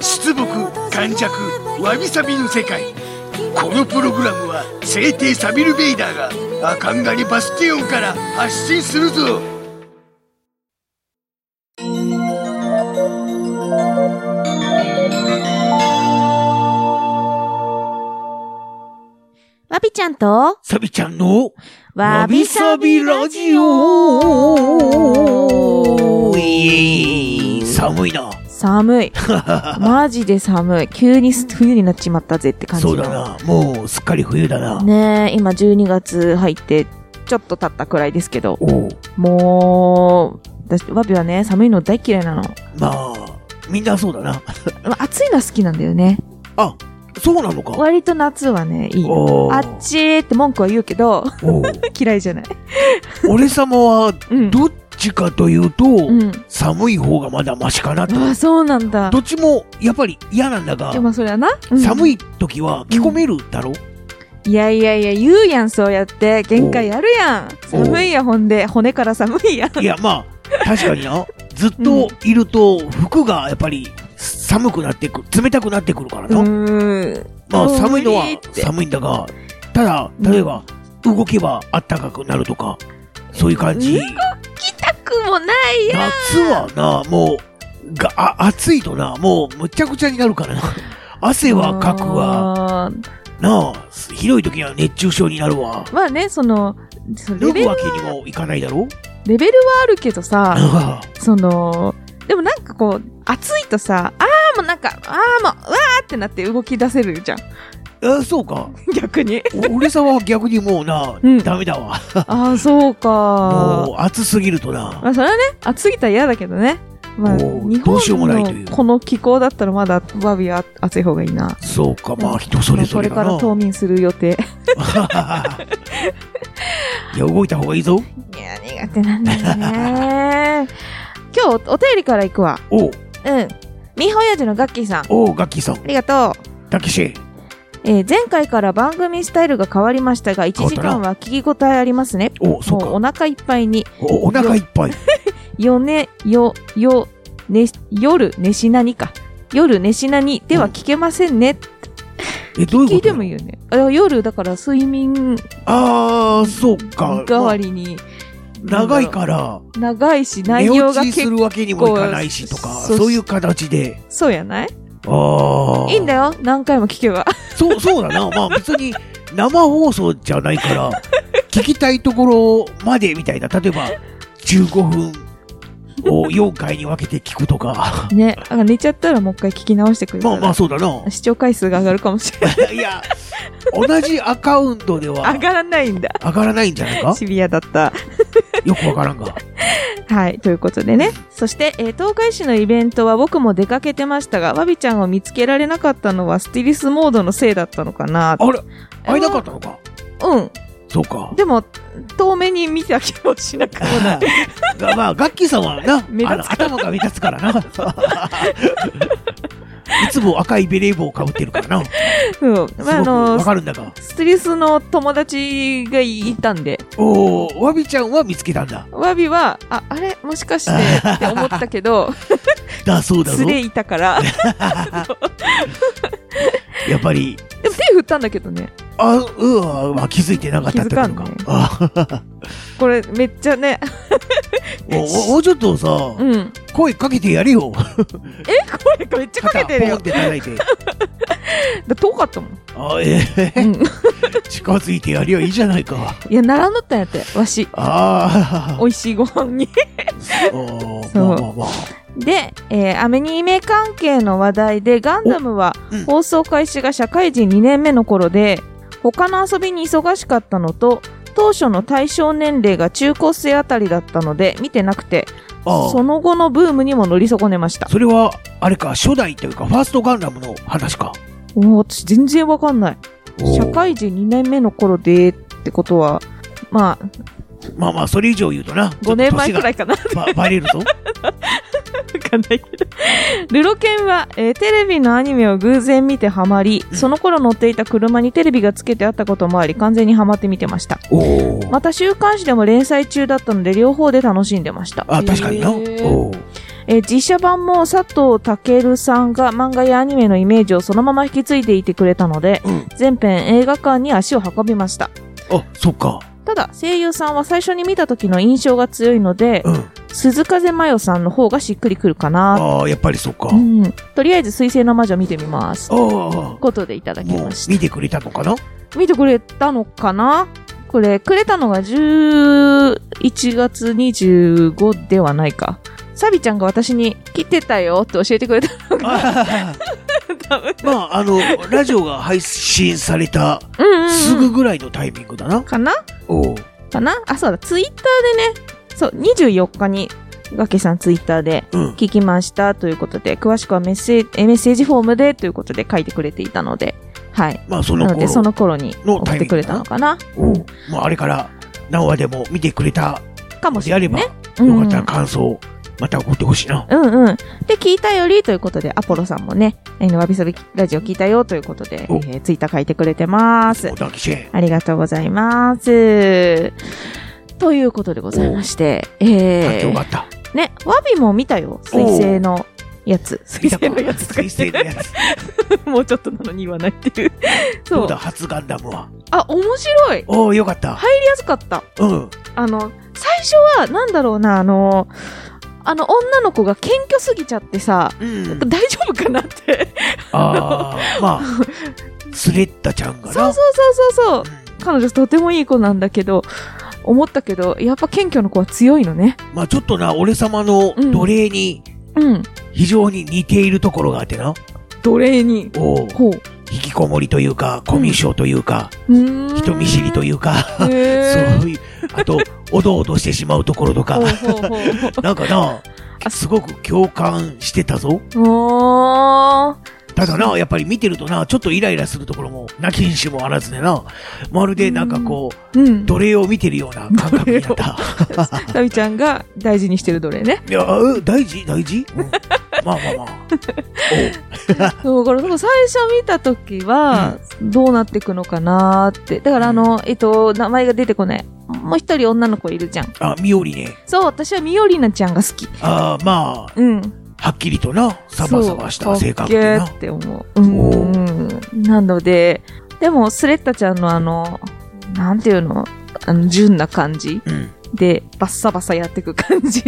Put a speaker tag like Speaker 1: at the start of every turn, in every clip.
Speaker 1: 出木感弱わびさびの世界このプログラムは聖帝サビル・ベイダーがアカンガリ・バスティオンから発信するぞ
Speaker 2: わびちゃんと、
Speaker 3: サビちゃんの
Speaker 2: わびさびラジオ
Speaker 3: おい寒いな。
Speaker 2: 寒い。 マジで寒い。急に冬になっちまったぜって感じの
Speaker 3: そうだな。もうすっかり冬だな。
Speaker 2: ねえ、今12月入って、ちょっと経ったくらいですけど、
Speaker 3: おう
Speaker 2: もう、私、わびはね、寒いの大嫌いなの。
Speaker 3: まあ、みんなそうだな。
Speaker 2: まあ暑いのは好きなんだよね。
Speaker 3: あ、そうなのか。
Speaker 2: 割と夏はね、いいの。
Speaker 3: おう
Speaker 2: あっちーって文句は言うけど、
Speaker 3: おう
Speaker 2: 嫌いじゃない。
Speaker 3: 俺様は
Speaker 2: うん。
Speaker 3: どっちかというと、
Speaker 2: うん。
Speaker 3: 寒い方がまだマシかなと。
Speaker 2: あ、そうなんだ
Speaker 3: ど。っちもやっぱり嫌なんだが
Speaker 2: で、もそれはな、うん
Speaker 3: 寒い時は着込めるだろ。
Speaker 2: いやいやいや、言うやん、そうやって。限界やるやん。
Speaker 3: おう
Speaker 2: 寒いや、ほんで。骨から寒いやん。
Speaker 3: いや、まあ、確かにな。ずっといると服がやっぱり寒くなってくる、冷たくなってくるから
Speaker 2: う
Speaker 3: な。
Speaker 2: ーん。
Speaker 3: まあ
Speaker 2: もう
Speaker 3: 寒いのは
Speaker 2: 無理って
Speaker 3: 寒いんだが、ただ、例えば、動けばあったかくなるとか、そういう感じ。
Speaker 2: 来たくもない
Speaker 3: 夏
Speaker 2: や
Speaker 3: はな、もう、が、あ、暑いとな、もうむちゃくちゃになるからな。汗はかくわ。
Speaker 2: わ。
Speaker 3: なあ、ひどい時は熱中症になるわ。
Speaker 2: まあね、その、その
Speaker 3: 脱
Speaker 2: レベ
Speaker 3: ぐ
Speaker 2: ル
Speaker 3: わけにもいかないだろ
Speaker 2: レベルはあるけどさ、
Speaker 3: あ
Speaker 2: その、でもなんかこう、暑いとさ、あーもうなんか、あーもう、うわーってなって動き出せるじゃん。
Speaker 3: ああ、そうか。
Speaker 2: 逆に。
Speaker 3: お俺さんは逆にもうな、
Speaker 2: うん
Speaker 3: ダメだわ。
Speaker 2: あー、そうか
Speaker 3: もう暑すぎるとな。
Speaker 2: まあそれはね、暑すぎたら嫌だけどね。まあ、
Speaker 3: もう
Speaker 2: 日
Speaker 3: どうしようもないとい
Speaker 2: 本
Speaker 3: う
Speaker 2: のこの気候だったらまだバービーは暑い方がいいな。
Speaker 3: そうか、まあ人それぞれ
Speaker 2: これか
Speaker 3: だ
Speaker 2: ら
Speaker 3: な。
Speaker 2: 冬眠する予 定。
Speaker 3: いや、動いた方がいいぞ。
Speaker 2: いや、苦手なんだよね。今日おお便りから行くわ。
Speaker 3: おう、
Speaker 2: うん。みほやじのガッキーさん。あ
Speaker 3: おう、ガッキーさん。
Speaker 2: りがとう。
Speaker 3: たけし。
Speaker 2: えー前回から番組スタイルが変わりましたが、1時間は聞き応えありますね。
Speaker 3: おう、そ
Speaker 2: も
Speaker 3: う
Speaker 2: う
Speaker 3: か
Speaker 2: お。腹いっぱいに、
Speaker 3: おお腹いっぱい。
Speaker 2: よね、よ、よ、ね、夜、寝しなにか。夜、寝しなにでは聞けませんね。
Speaker 3: え、どういうこと
Speaker 2: 聞いてもいいよね。あ夜、だから睡眠
Speaker 3: あー、そうか。
Speaker 2: 代わりに、
Speaker 3: まあ長いから、
Speaker 2: 長いし、内
Speaker 3: 寝
Speaker 2: 容
Speaker 3: 落
Speaker 2: が
Speaker 3: ちす
Speaker 2: 結
Speaker 3: る
Speaker 2: 構、
Speaker 3: わけにもいかないしとか、
Speaker 2: そう
Speaker 3: そういう形で。
Speaker 2: そうやない
Speaker 3: あー。
Speaker 2: いいんだよ。何回も聞けば。
Speaker 3: そう、そうだな。まあ別に生放送じゃないから、聞きたいところまでみたいな。例えば、15分を4回に分けて聞くとか。
Speaker 2: ね。だから寝ちゃったらもう一回聞き直してくれた
Speaker 3: ま
Speaker 2: ら
Speaker 3: あまあそう だな。
Speaker 2: 視聴回数が上がるかも しれない。
Speaker 3: いや、同じアカウントでは
Speaker 2: 上がらないんだ。
Speaker 3: 上がらないんじゃないか
Speaker 2: シビアだった。
Speaker 3: よくわからんが。
Speaker 2: はい。ということでね。そして、えー東海市のイベントは僕も出かけてましたが、わびちゃんを見つけられなかったのはスティリスモードのせいだったのかな。
Speaker 3: あれ会えなかったのか
Speaker 2: うん。
Speaker 3: そうか。
Speaker 2: でも、遠目に見た気もしなくもない。
Speaker 3: が まあ、ガッキーさんはな、あ
Speaker 2: 目立つ
Speaker 3: の頭が目立つからな。 いつも赤いベレー帽をかぶってるからな。す
Speaker 2: うん。
Speaker 3: ごく
Speaker 2: まあ、あ
Speaker 3: わ
Speaker 2: の、
Speaker 3: かるんだが。
Speaker 2: スティリスの友達がいたんで、
Speaker 3: おお、ワビちゃんは見つけたんだ。
Speaker 2: わびは、あ、あれもしかしてって思ったけど、
Speaker 3: だそうだ
Speaker 2: 連
Speaker 3: ぞ。
Speaker 2: れいたから。で
Speaker 3: やっぱり、
Speaker 2: も手振ったんだけどね。
Speaker 3: あ、うわ、まあ、気づいてなかったってことか
Speaker 2: 気づかんね。
Speaker 3: あ
Speaker 2: これめっちゃね、
Speaker 3: もう もうちょっとさ、
Speaker 2: うん。
Speaker 3: 声かけてやれよ。
Speaker 2: 声がめっちゃかけてるよ
Speaker 3: 肩ポンっ。て叩いて。
Speaker 2: だ遠かったもん。
Speaker 3: あ、ええ
Speaker 2: うん。
Speaker 3: 近づいてやりゃいいじゃないか。
Speaker 2: いや、並んどったんやって、わし。
Speaker 3: ああ。
Speaker 2: 美味しいご飯に。
Speaker 3: おー
Speaker 2: そう
Speaker 3: まあまあまあ。
Speaker 2: で、えーアメニメ関係の話題で、ガンダムは
Speaker 3: おうん
Speaker 2: 放送開始が社会人2年目の頃で、他の遊びに忙しかったのと、当初の対象年齢が中高生あたりだったので、見てなくて、
Speaker 3: ああ
Speaker 2: その後のブームにも乗り損ねました
Speaker 3: それはあれか初代というかファーストガンダムの話か
Speaker 2: もう私全然わかんない
Speaker 3: おー
Speaker 2: 社会人2年目の頃でってことはまあ
Speaker 3: まあまあそれ以上言うとな
Speaker 2: 5年前くら
Speaker 3: い
Speaker 2: いかなわ
Speaker 3: ばバレるぞ
Speaker 2: かんないけどルロケンは、えーテレビのアニメを偶然見てハマりその頃乗っていた車にテレビがつけてあったこともあり完全にハマって見てました
Speaker 3: おお
Speaker 2: また週刊誌でも連載中だったので両方で楽しんでました
Speaker 3: あ確かにな
Speaker 2: へ
Speaker 3: お
Speaker 2: ー
Speaker 3: お
Speaker 2: えー実写版も佐藤健さんが漫画やアニメのイメージをそのまま引き継いでいてくれたので
Speaker 3: うん
Speaker 2: 全編映画館に足を運びました
Speaker 3: あそっか
Speaker 2: ただ声優さんは最初に見た時の印象が強いので
Speaker 3: うん
Speaker 2: 鈴風真世さんの方がしっくりくるかな
Speaker 3: ああやっぱりそっか
Speaker 2: う
Speaker 3: あ
Speaker 2: んとりあえず「水星の魔女」見てみます
Speaker 3: あも
Speaker 2: ことでいただきま
Speaker 3: う
Speaker 2: し
Speaker 3: 見てくれたのかな
Speaker 2: た見てくれたのかなこれくれたのが11月25ではないかサビちゃんが私に「来てたよ」って教えてくれたのが
Speaker 3: あ
Speaker 2: 多分
Speaker 3: ー まああのラジオが配信された
Speaker 2: うんうんうん
Speaker 3: すぐぐらいのタイミングだな
Speaker 2: かな
Speaker 3: おう
Speaker 2: かなあ、そうだ、ツイッターでね、そう、24日に、ガケさんツイッターで
Speaker 3: うん
Speaker 2: 聞きましたということで、詳しくはメッセージ、えメッセージフォームでということで書いてくれていたので、はい。
Speaker 3: まあそ
Speaker 2: な
Speaker 3: の
Speaker 2: ので、
Speaker 3: 頃
Speaker 2: その頃に
Speaker 3: の
Speaker 2: 送ってくれたのかな
Speaker 3: おうまああれから何話でも見てくれた
Speaker 2: かもし
Speaker 3: で
Speaker 2: れ
Speaker 3: あ
Speaker 2: な
Speaker 3: れ
Speaker 2: いね
Speaker 3: ばよ。かったら感想をまた送ってほしいな
Speaker 2: うんうん。で、聞いたよりということで、アポロさんもね、えー、わびさびラジオ聞いたよということで、え
Speaker 3: お
Speaker 2: ーツイッター書いてくれてます
Speaker 3: お。だけしえ
Speaker 2: ありがとうございます。ということでございまして、え
Speaker 3: 環
Speaker 2: ー、
Speaker 3: 境があった
Speaker 2: ね、ワビも見たよ。水星のやつ。水星のやつとか言
Speaker 3: 水
Speaker 2: って
Speaker 3: 星のや つ
Speaker 2: もうちょっとなのに言わないって いう。
Speaker 3: ど
Speaker 2: そう
Speaker 3: だ
Speaker 2: う。
Speaker 3: 初ガンダムは
Speaker 2: あ、面白い。
Speaker 3: おおよかった
Speaker 2: 入りやすかった。
Speaker 3: うん
Speaker 2: あの、最初は、なんだろうな、あの、あの女の子が謙虚すぎちゃってさ、
Speaker 3: うん
Speaker 2: 大丈夫かなって。
Speaker 3: ああまあ スレッタちゃんが
Speaker 2: そ
Speaker 3: な
Speaker 2: うそうそうそうそう。彼女とてもいい子なんだけど、思ったけど、やっぱ謙虚の子は強いのね。
Speaker 3: うんまあちょっとな俺様の奴隷に
Speaker 2: うん。
Speaker 3: 非常に似ているところがあってな
Speaker 2: 奴隷に。
Speaker 3: おう
Speaker 2: ほう。う
Speaker 3: 引きこもりというかコミュ障というか
Speaker 2: ーん。
Speaker 3: 人見知りと
Speaker 2: いう。
Speaker 3: いうか
Speaker 2: へー
Speaker 3: そういうあとおどおどしてしまうところとか
Speaker 2: ほうほうほうほう。
Speaker 3: なんかな
Speaker 2: あ
Speaker 3: すごく共感してたぞ
Speaker 2: おー。
Speaker 3: ただな、やっぱり見てるとな、ちょっとイライラするところも、なきにしもあらずでな、まるでなんかこう、
Speaker 2: うん。
Speaker 3: 奴隷を見てるような感覚になった。
Speaker 2: サビちゃんが大事にしてる奴隷ね。
Speaker 3: いや、うん大事大事、うん、まあまあまあ。
Speaker 2: そう、だから、でも最初見た時は、どうなっていくのかなーって。だから、あの、えっと、名前が出てこない。もう一人女の子いるじゃん。
Speaker 3: おあ、みおりね。
Speaker 2: そう、私はミオリナちゃんが好き。
Speaker 3: ああ、まあ、
Speaker 2: うん。
Speaker 3: はっきりとな、サバサバした性格
Speaker 2: そう
Speaker 3: で
Speaker 2: か
Speaker 3: な
Speaker 2: っけー。って思う。うん。なので、でも、スレッタちゃんのあの、なんていうのあの、純な感じ
Speaker 3: うん。
Speaker 2: で、バッサバサやっていく感じ。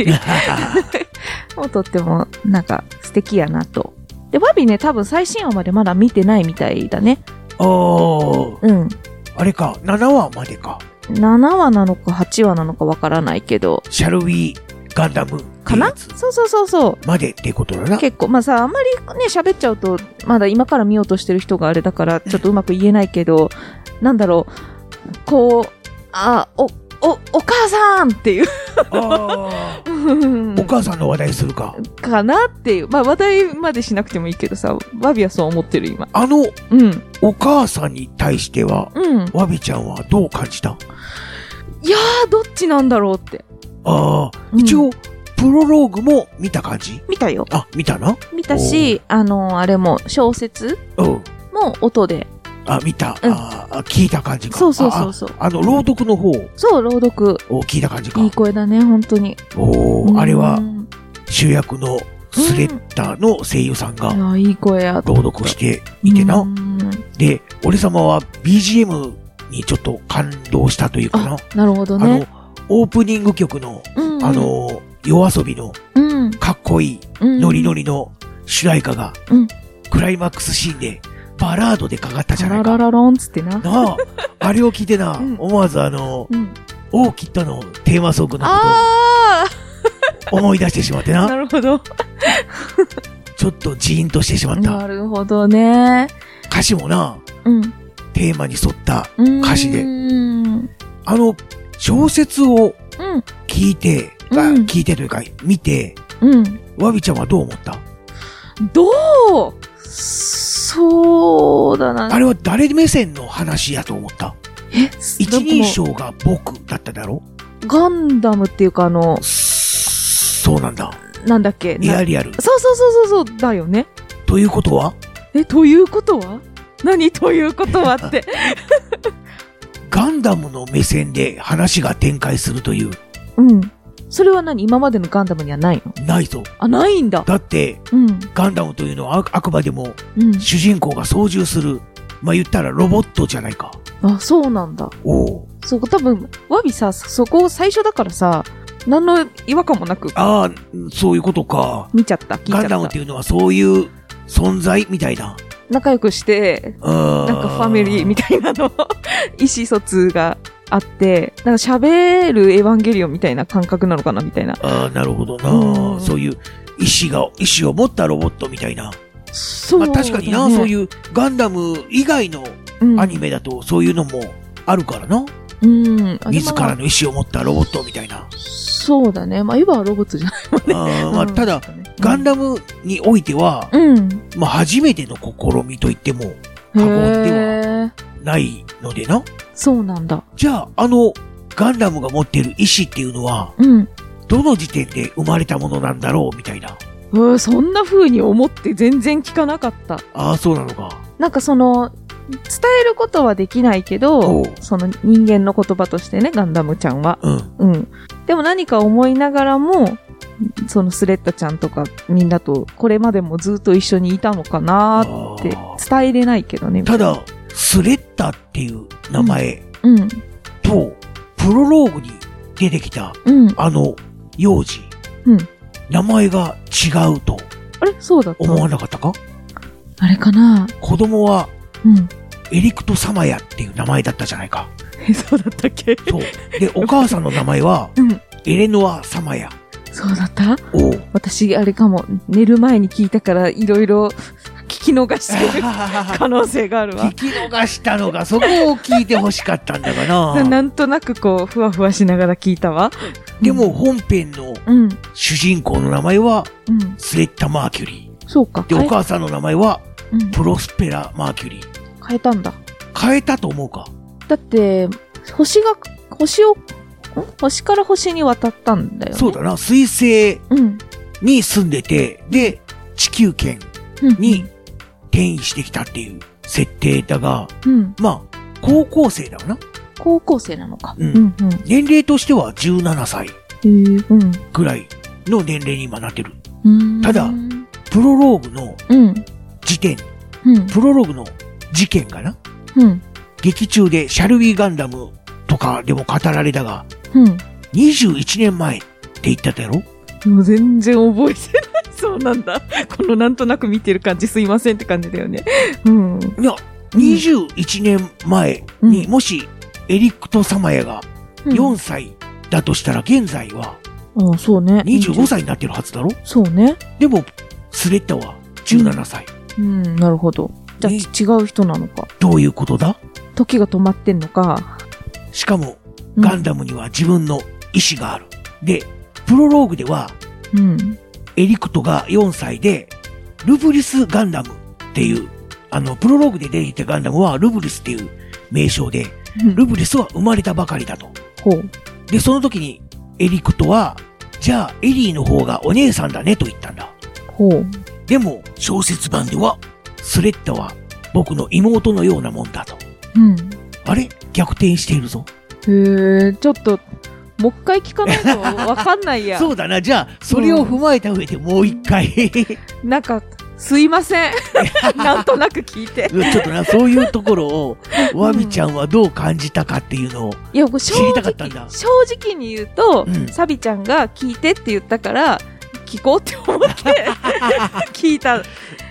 Speaker 2: もうとっても、なんか、素敵やなと。で、バビね、多分最新話までまだ見てないみたいだね。
Speaker 3: おー
Speaker 2: うん。
Speaker 3: あれか、7話までか。
Speaker 2: 7話なのか8話なのかわからないけど、
Speaker 3: シャルウィガンダム
Speaker 2: かな
Speaker 3: っていうや
Speaker 2: そうそうそうそ
Speaker 3: つまでってことだ
Speaker 2: う。
Speaker 3: な。
Speaker 2: 結構、まあさ、あんまりね、喋っちゃうと、まだ今から見ようとしてる人があれだから、ちょっとうまく言えないけど、なんだろう、こう、あ、お、お、お母さんっていう、
Speaker 3: あーお母さんの話題するか。
Speaker 2: かなっていう。まあ話題までしなくてもいいけどさ、バビはそう思ってる今。
Speaker 3: あの、
Speaker 2: うん。
Speaker 3: お母さんに対しては、
Speaker 2: うん。
Speaker 3: わびちゃんはどう感じた
Speaker 2: いやー、どっちなんだろうって。
Speaker 3: ああ、
Speaker 2: うん
Speaker 3: 一応、プロローグも見た感じ
Speaker 2: 見たよ。
Speaker 3: あ、見たな
Speaker 2: 見たし、あの、あれも、小説
Speaker 3: うん。
Speaker 2: も音で。
Speaker 3: あ、見た。
Speaker 2: うん
Speaker 3: ああ聞いた感じか。
Speaker 2: そうそうそうそう。
Speaker 3: あああの、朗読の方
Speaker 2: そう、朗読。
Speaker 3: を聞いた感じか
Speaker 2: いい。声だね、本当に。
Speaker 3: おお、あれは
Speaker 2: うん
Speaker 3: 主役のスレッタの声優さん
Speaker 2: い
Speaker 3: が
Speaker 2: や、いい声や。
Speaker 3: 朗読していて
Speaker 2: う
Speaker 3: な。
Speaker 2: ん
Speaker 3: で、俺様は BGM にちょっと感動したというかな。
Speaker 2: あ、なるほど
Speaker 3: あ
Speaker 2: ね
Speaker 3: の。、オープニング曲の、
Speaker 2: うん
Speaker 3: あ、の、夜遊びの
Speaker 2: うん。
Speaker 3: かっこいい
Speaker 2: うん
Speaker 3: ノリノリの主題歌が、
Speaker 2: うん
Speaker 3: クライマックスシーンでバラードでかかったじゃない
Speaker 2: ララ
Speaker 3: か。
Speaker 2: ラロンつってな。
Speaker 3: なあ、あれを聞いてな、
Speaker 2: うん
Speaker 3: 思わずあの、
Speaker 2: うん。
Speaker 3: オーキッドのテーマソングのこ
Speaker 2: あ
Speaker 3: とを思い出してしまって
Speaker 2: あ
Speaker 3: な、
Speaker 2: なるほど。
Speaker 3: ちょっとジーンとしてしまった。
Speaker 2: なるほどね。
Speaker 3: 歌詞もな、
Speaker 2: うん
Speaker 3: テーマに沿った、
Speaker 2: うん。
Speaker 3: 歌詞で
Speaker 2: うん。
Speaker 3: あの、小説を
Speaker 2: うん。
Speaker 3: 聞いて、あ
Speaker 2: うん
Speaker 3: 聞いてというか、見て、
Speaker 2: うん。
Speaker 3: わびちゃんはどう思った
Speaker 2: どうそうだな。
Speaker 3: あれは誰目線の話やと思った
Speaker 2: え、
Speaker 3: 一
Speaker 2: なんかもう
Speaker 3: 人称が僕だっただろ
Speaker 2: ガンダムっていうか、あの、
Speaker 3: そうなんだ。
Speaker 2: なんだっけ。
Speaker 3: エ
Speaker 2: な
Speaker 3: アリアル。
Speaker 2: そうそうそうそうそう、だよね。
Speaker 3: ということは、
Speaker 2: え、ということは何ということは って。
Speaker 3: ガンダムの目線で話が展開するという、
Speaker 2: うん。それは何今までのガンダムにはないの
Speaker 3: ないぞ。
Speaker 2: あ、ないんだ。
Speaker 3: だって、
Speaker 2: うん。
Speaker 3: ガンダムというのはああくまでも
Speaker 2: うん。
Speaker 3: 主人公が操縦する、まあ言ったらロボットじゃないか。
Speaker 2: あ、そうなんだ。
Speaker 3: おお。
Speaker 2: そう、多分、ワビさ、そこ最初だからさ、何の違和感もなく
Speaker 3: ああ、そういうことか。
Speaker 2: 見ちゃった、聞いちゃ
Speaker 3: ガ
Speaker 2: っ
Speaker 3: ン
Speaker 2: た。
Speaker 3: ダムっていうのはそういう存在みたいな。
Speaker 2: 仲良くして、
Speaker 3: な
Speaker 2: なんかファミリーみたいなの、意思疎通があって、なんか喋るエヴァンゲリオンみたいな感覚なのかな、みたいな。
Speaker 3: ああ、なるほど
Speaker 2: う
Speaker 3: な。
Speaker 2: ん
Speaker 3: そういう意志が、意志を持ったロボットみたいな。
Speaker 2: そう、
Speaker 3: まあ確かにな、そういうガンダム以外の
Speaker 2: うん
Speaker 3: アニメだとそういうのもあるからな。
Speaker 2: うん。あ
Speaker 3: 自
Speaker 2: でもま
Speaker 3: ら
Speaker 2: あ
Speaker 3: の意志を持ったロボットみたいな。
Speaker 2: そうだね。まあ、エヴァはロボットじゃない。
Speaker 3: あーまあ
Speaker 2: うん
Speaker 3: ただ、、ガン
Speaker 2: ダ
Speaker 3: ダムにおいては、
Speaker 2: ム。うん。
Speaker 3: まあ初めての試みといっても過言では
Speaker 2: へえ。
Speaker 3: ないのでな。
Speaker 2: そうなんだ。
Speaker 3: じゃあ、あの、ガンダムが持っている意志っていうのは、
Speaker 2: うん。
Speaker 3: どの時点で生まれたものなんだろうみたいな。
Speaker 2: うん、そんな風に思って全然聞かなかった。
Speaker 3: ああ、そうなのか。
Speaker 2: なんかその、伝えることはできないけど
Speaker 3: おう、
Speaker 2: その人間の言葉としてね、ガンダムちゃんは。
Speaker 3: うん。
Speaker 2: うん。でも何か思いながらも、そのスレッタちゃんとかみんなとこれまでもずっと一緒にいたのかなーって
Speaker 3: あー
Speaker 2: 伝えれないけどね。
Speaker 3: ただ、スレッタっていう名前
Speaker 2: うん、
Speaker 3: と、プロローグに出てきた
Speaker 2: うん。
Speaker 3: あの幼児、
Speaker 2: うん
Speaker 3: 名前が違うと
Speaker 2: あれそうだった
Speaker 3: 思わなかったか
Speaker 2: あれかな
Speaker 3: 子供は
Speaker 2: うん。
Speaker 3: エリクト・サマヤっていう名前だったじゃないか。
Speaker 2: え、 そうだったっけ
Speaker 3: そう。で、 お母さんの名前は
Speaker 2: うん。
Speaker 3: エレノア・サマヤ。
Speaker 2: そうだった
Speaker 3: おう
Speaker 2: 私、あれかも、寝る前に聞いたから、いろいろ聞き逃してる
Speaker 3: 聞
Speaker 2: 可能性があるわ。
Speaker 3: き逃したのが、そこを聞いて欲しかったんだが
Speaker 2: なな
Speaker 3: な。
Speaker 2: んとなくこう、ふわふわしながら聞いたわ。
Speaker 3: でも本編の
Speaker 2: うん、
Speaker 3: 主人公の名前は
Speaker 2: うん。
Speaker 3: スレッタ・マーキュリ
Speaker 2: そうか。
Speaker 3: ー。で、
Speaker 2: 変
Speaker 3: お
Speaker 2: え
Speaker 3: 母さんの名前は
Speaker 2: うん
Speaker 3: プロスペラ・マーキュリー。
Speaker 2: 変えたんだ。
Speaker 3: 変えたと思うか。
Speaker 2: だって、星が、星を、ん星から星に渡ったんだよね。
Speaker 3: そうだな。水星
Speaker 2: うん。
Speaker 3: に住んでて、で、地球圏
Speaker 2: うん。
Speaker 3: に転移してきたっていう設定だが、
Speaker 2: うん。
Speaker 3: まあ、高校生だわな。
Speaker 2: 高校生なのか。
Speaker 3: うん
Speaker 2: うん、うん。
Speaker 3: 年齢としては17歳
Speaker 2: へーうん
Speaker 3: ぐらいの年齢に今なってる。
Speaker 2: うーん。
Speaker 3: ただ
Speaker 2: うん。
Speaker 3: プロローグの
Speaker 2: うん。
Speaker 3: 時点、
Speaker 2: うん。
Speaker 3: プロローグの事件がな、
Speaker 2: うん。
Speaker 3: 劇中でシャルウィーガンダムとかでも語られたが、
Speaker 2: うん。
Speaker 3: 21年前って言っただろ
Speaker 2: もう全然覚えてない。そうなんだ。 このなんとなく見てる感じすいませんって感じだよね。うん。
Speaker 3: いや、21年前に、
Speaker 2: うん
Speaker 3: もしエリクト・サマヤが4歳だとしたら、現在は
Speaker 2: ああ、そうね。
Speaker 3: 25。歳になってるはずだろ
Speaker 2: そうね。
Speaker 3: でも、スレッタは17歳。
Speaker 2: うん、なるほど。じゃあ、
Speaker 3: ね
Speaker 2: ち違う人なのか。
Speaker 3: どういうことだ
Speaker 2: 時が止まってんのか。
Speaker 3: しかも、
Speaker 2: うん
Speaker 3: ガンダムには自分の意志がある。で、プロローグでは、
Speaker 2: うん。
Speaker 3: エリクトが4歳で、ルブリス・ガンダムっていう、あの、プロローグで出てきたガンダムはルブリスっていう名称で、ルブリスは生まれたばかりだと。
Speaker 2: ほう。
Speaker 3: で、その時に、エリクトは、じゃあ、エリーの方がお姉さんだねと言ったんだ。
Speaker 2: ほう。
Speaker 3: でも、小説版では、スレッタは僕の妹のようなもんだと。
Speaker 2: うん。
Speaker 3: あれ逆転しているぞ。
Speaker 2: へえ、ちょっと、もう一回聞かないとわかんないや。
Speaker 3: そうだな。じゃあ、それを踏まえた上でもう一回。ち
Speaker 2: なんか、すいま せん。なんとなく聞いて。
Speaker 3: ょっとな、そういうところを、ワビちゃんはどう感じたかっていうのを。
Speaker 2: いや、これ正
Speaker 3: 知りたか
Speaker 2: 直
Speaker 3: ったんだ
Speaker 2: 正直に言うと、
Speaker 3: うん
Speaker 2: サビちゃんが聞いてって言ったから、聞こうって思って 聞いた。ア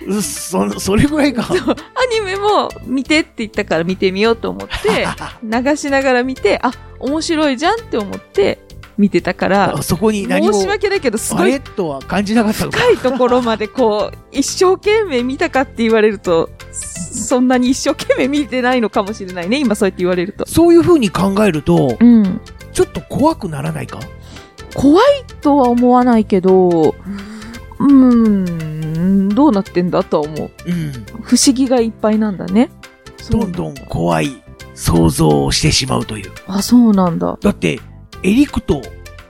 Speaker 3: うっそ、それぐらいか。
Speaker 2: ニメも見てって言ったから見てみようと思って、流しながら見て、あ、面白いじゃんって思って見てたから、
Speaker 3: そこに何
Speaker 2: 申
Speaker 3: も、
Speaker 2: し訳ないけど、す
Speaker 3: あ
Speaker 2: ごい
Speaker 3: れとは感じなかったのか。
Speaker 2: 深いところまでこ う、一生懸命見たかって言われると、そんなに一生懸命見てないのかもしれないね。今そうやって言われると。
Speaker 3: そういう風に考えると、
Speaker 2: うん。
Speaker 3: ちょっと怖くならないか
Speaker 2: 怖いとは思わないけど、うーん、どうなってんだとは思う。
Speaker 3: うん。
Speaker 2: 不思議がいっぱいなんだね。そう
Speaker 3: どんどん怖い想像をしてしまうという。
Speaker 2: あ、そうなんだ。
Speaker 3: だって、エリクと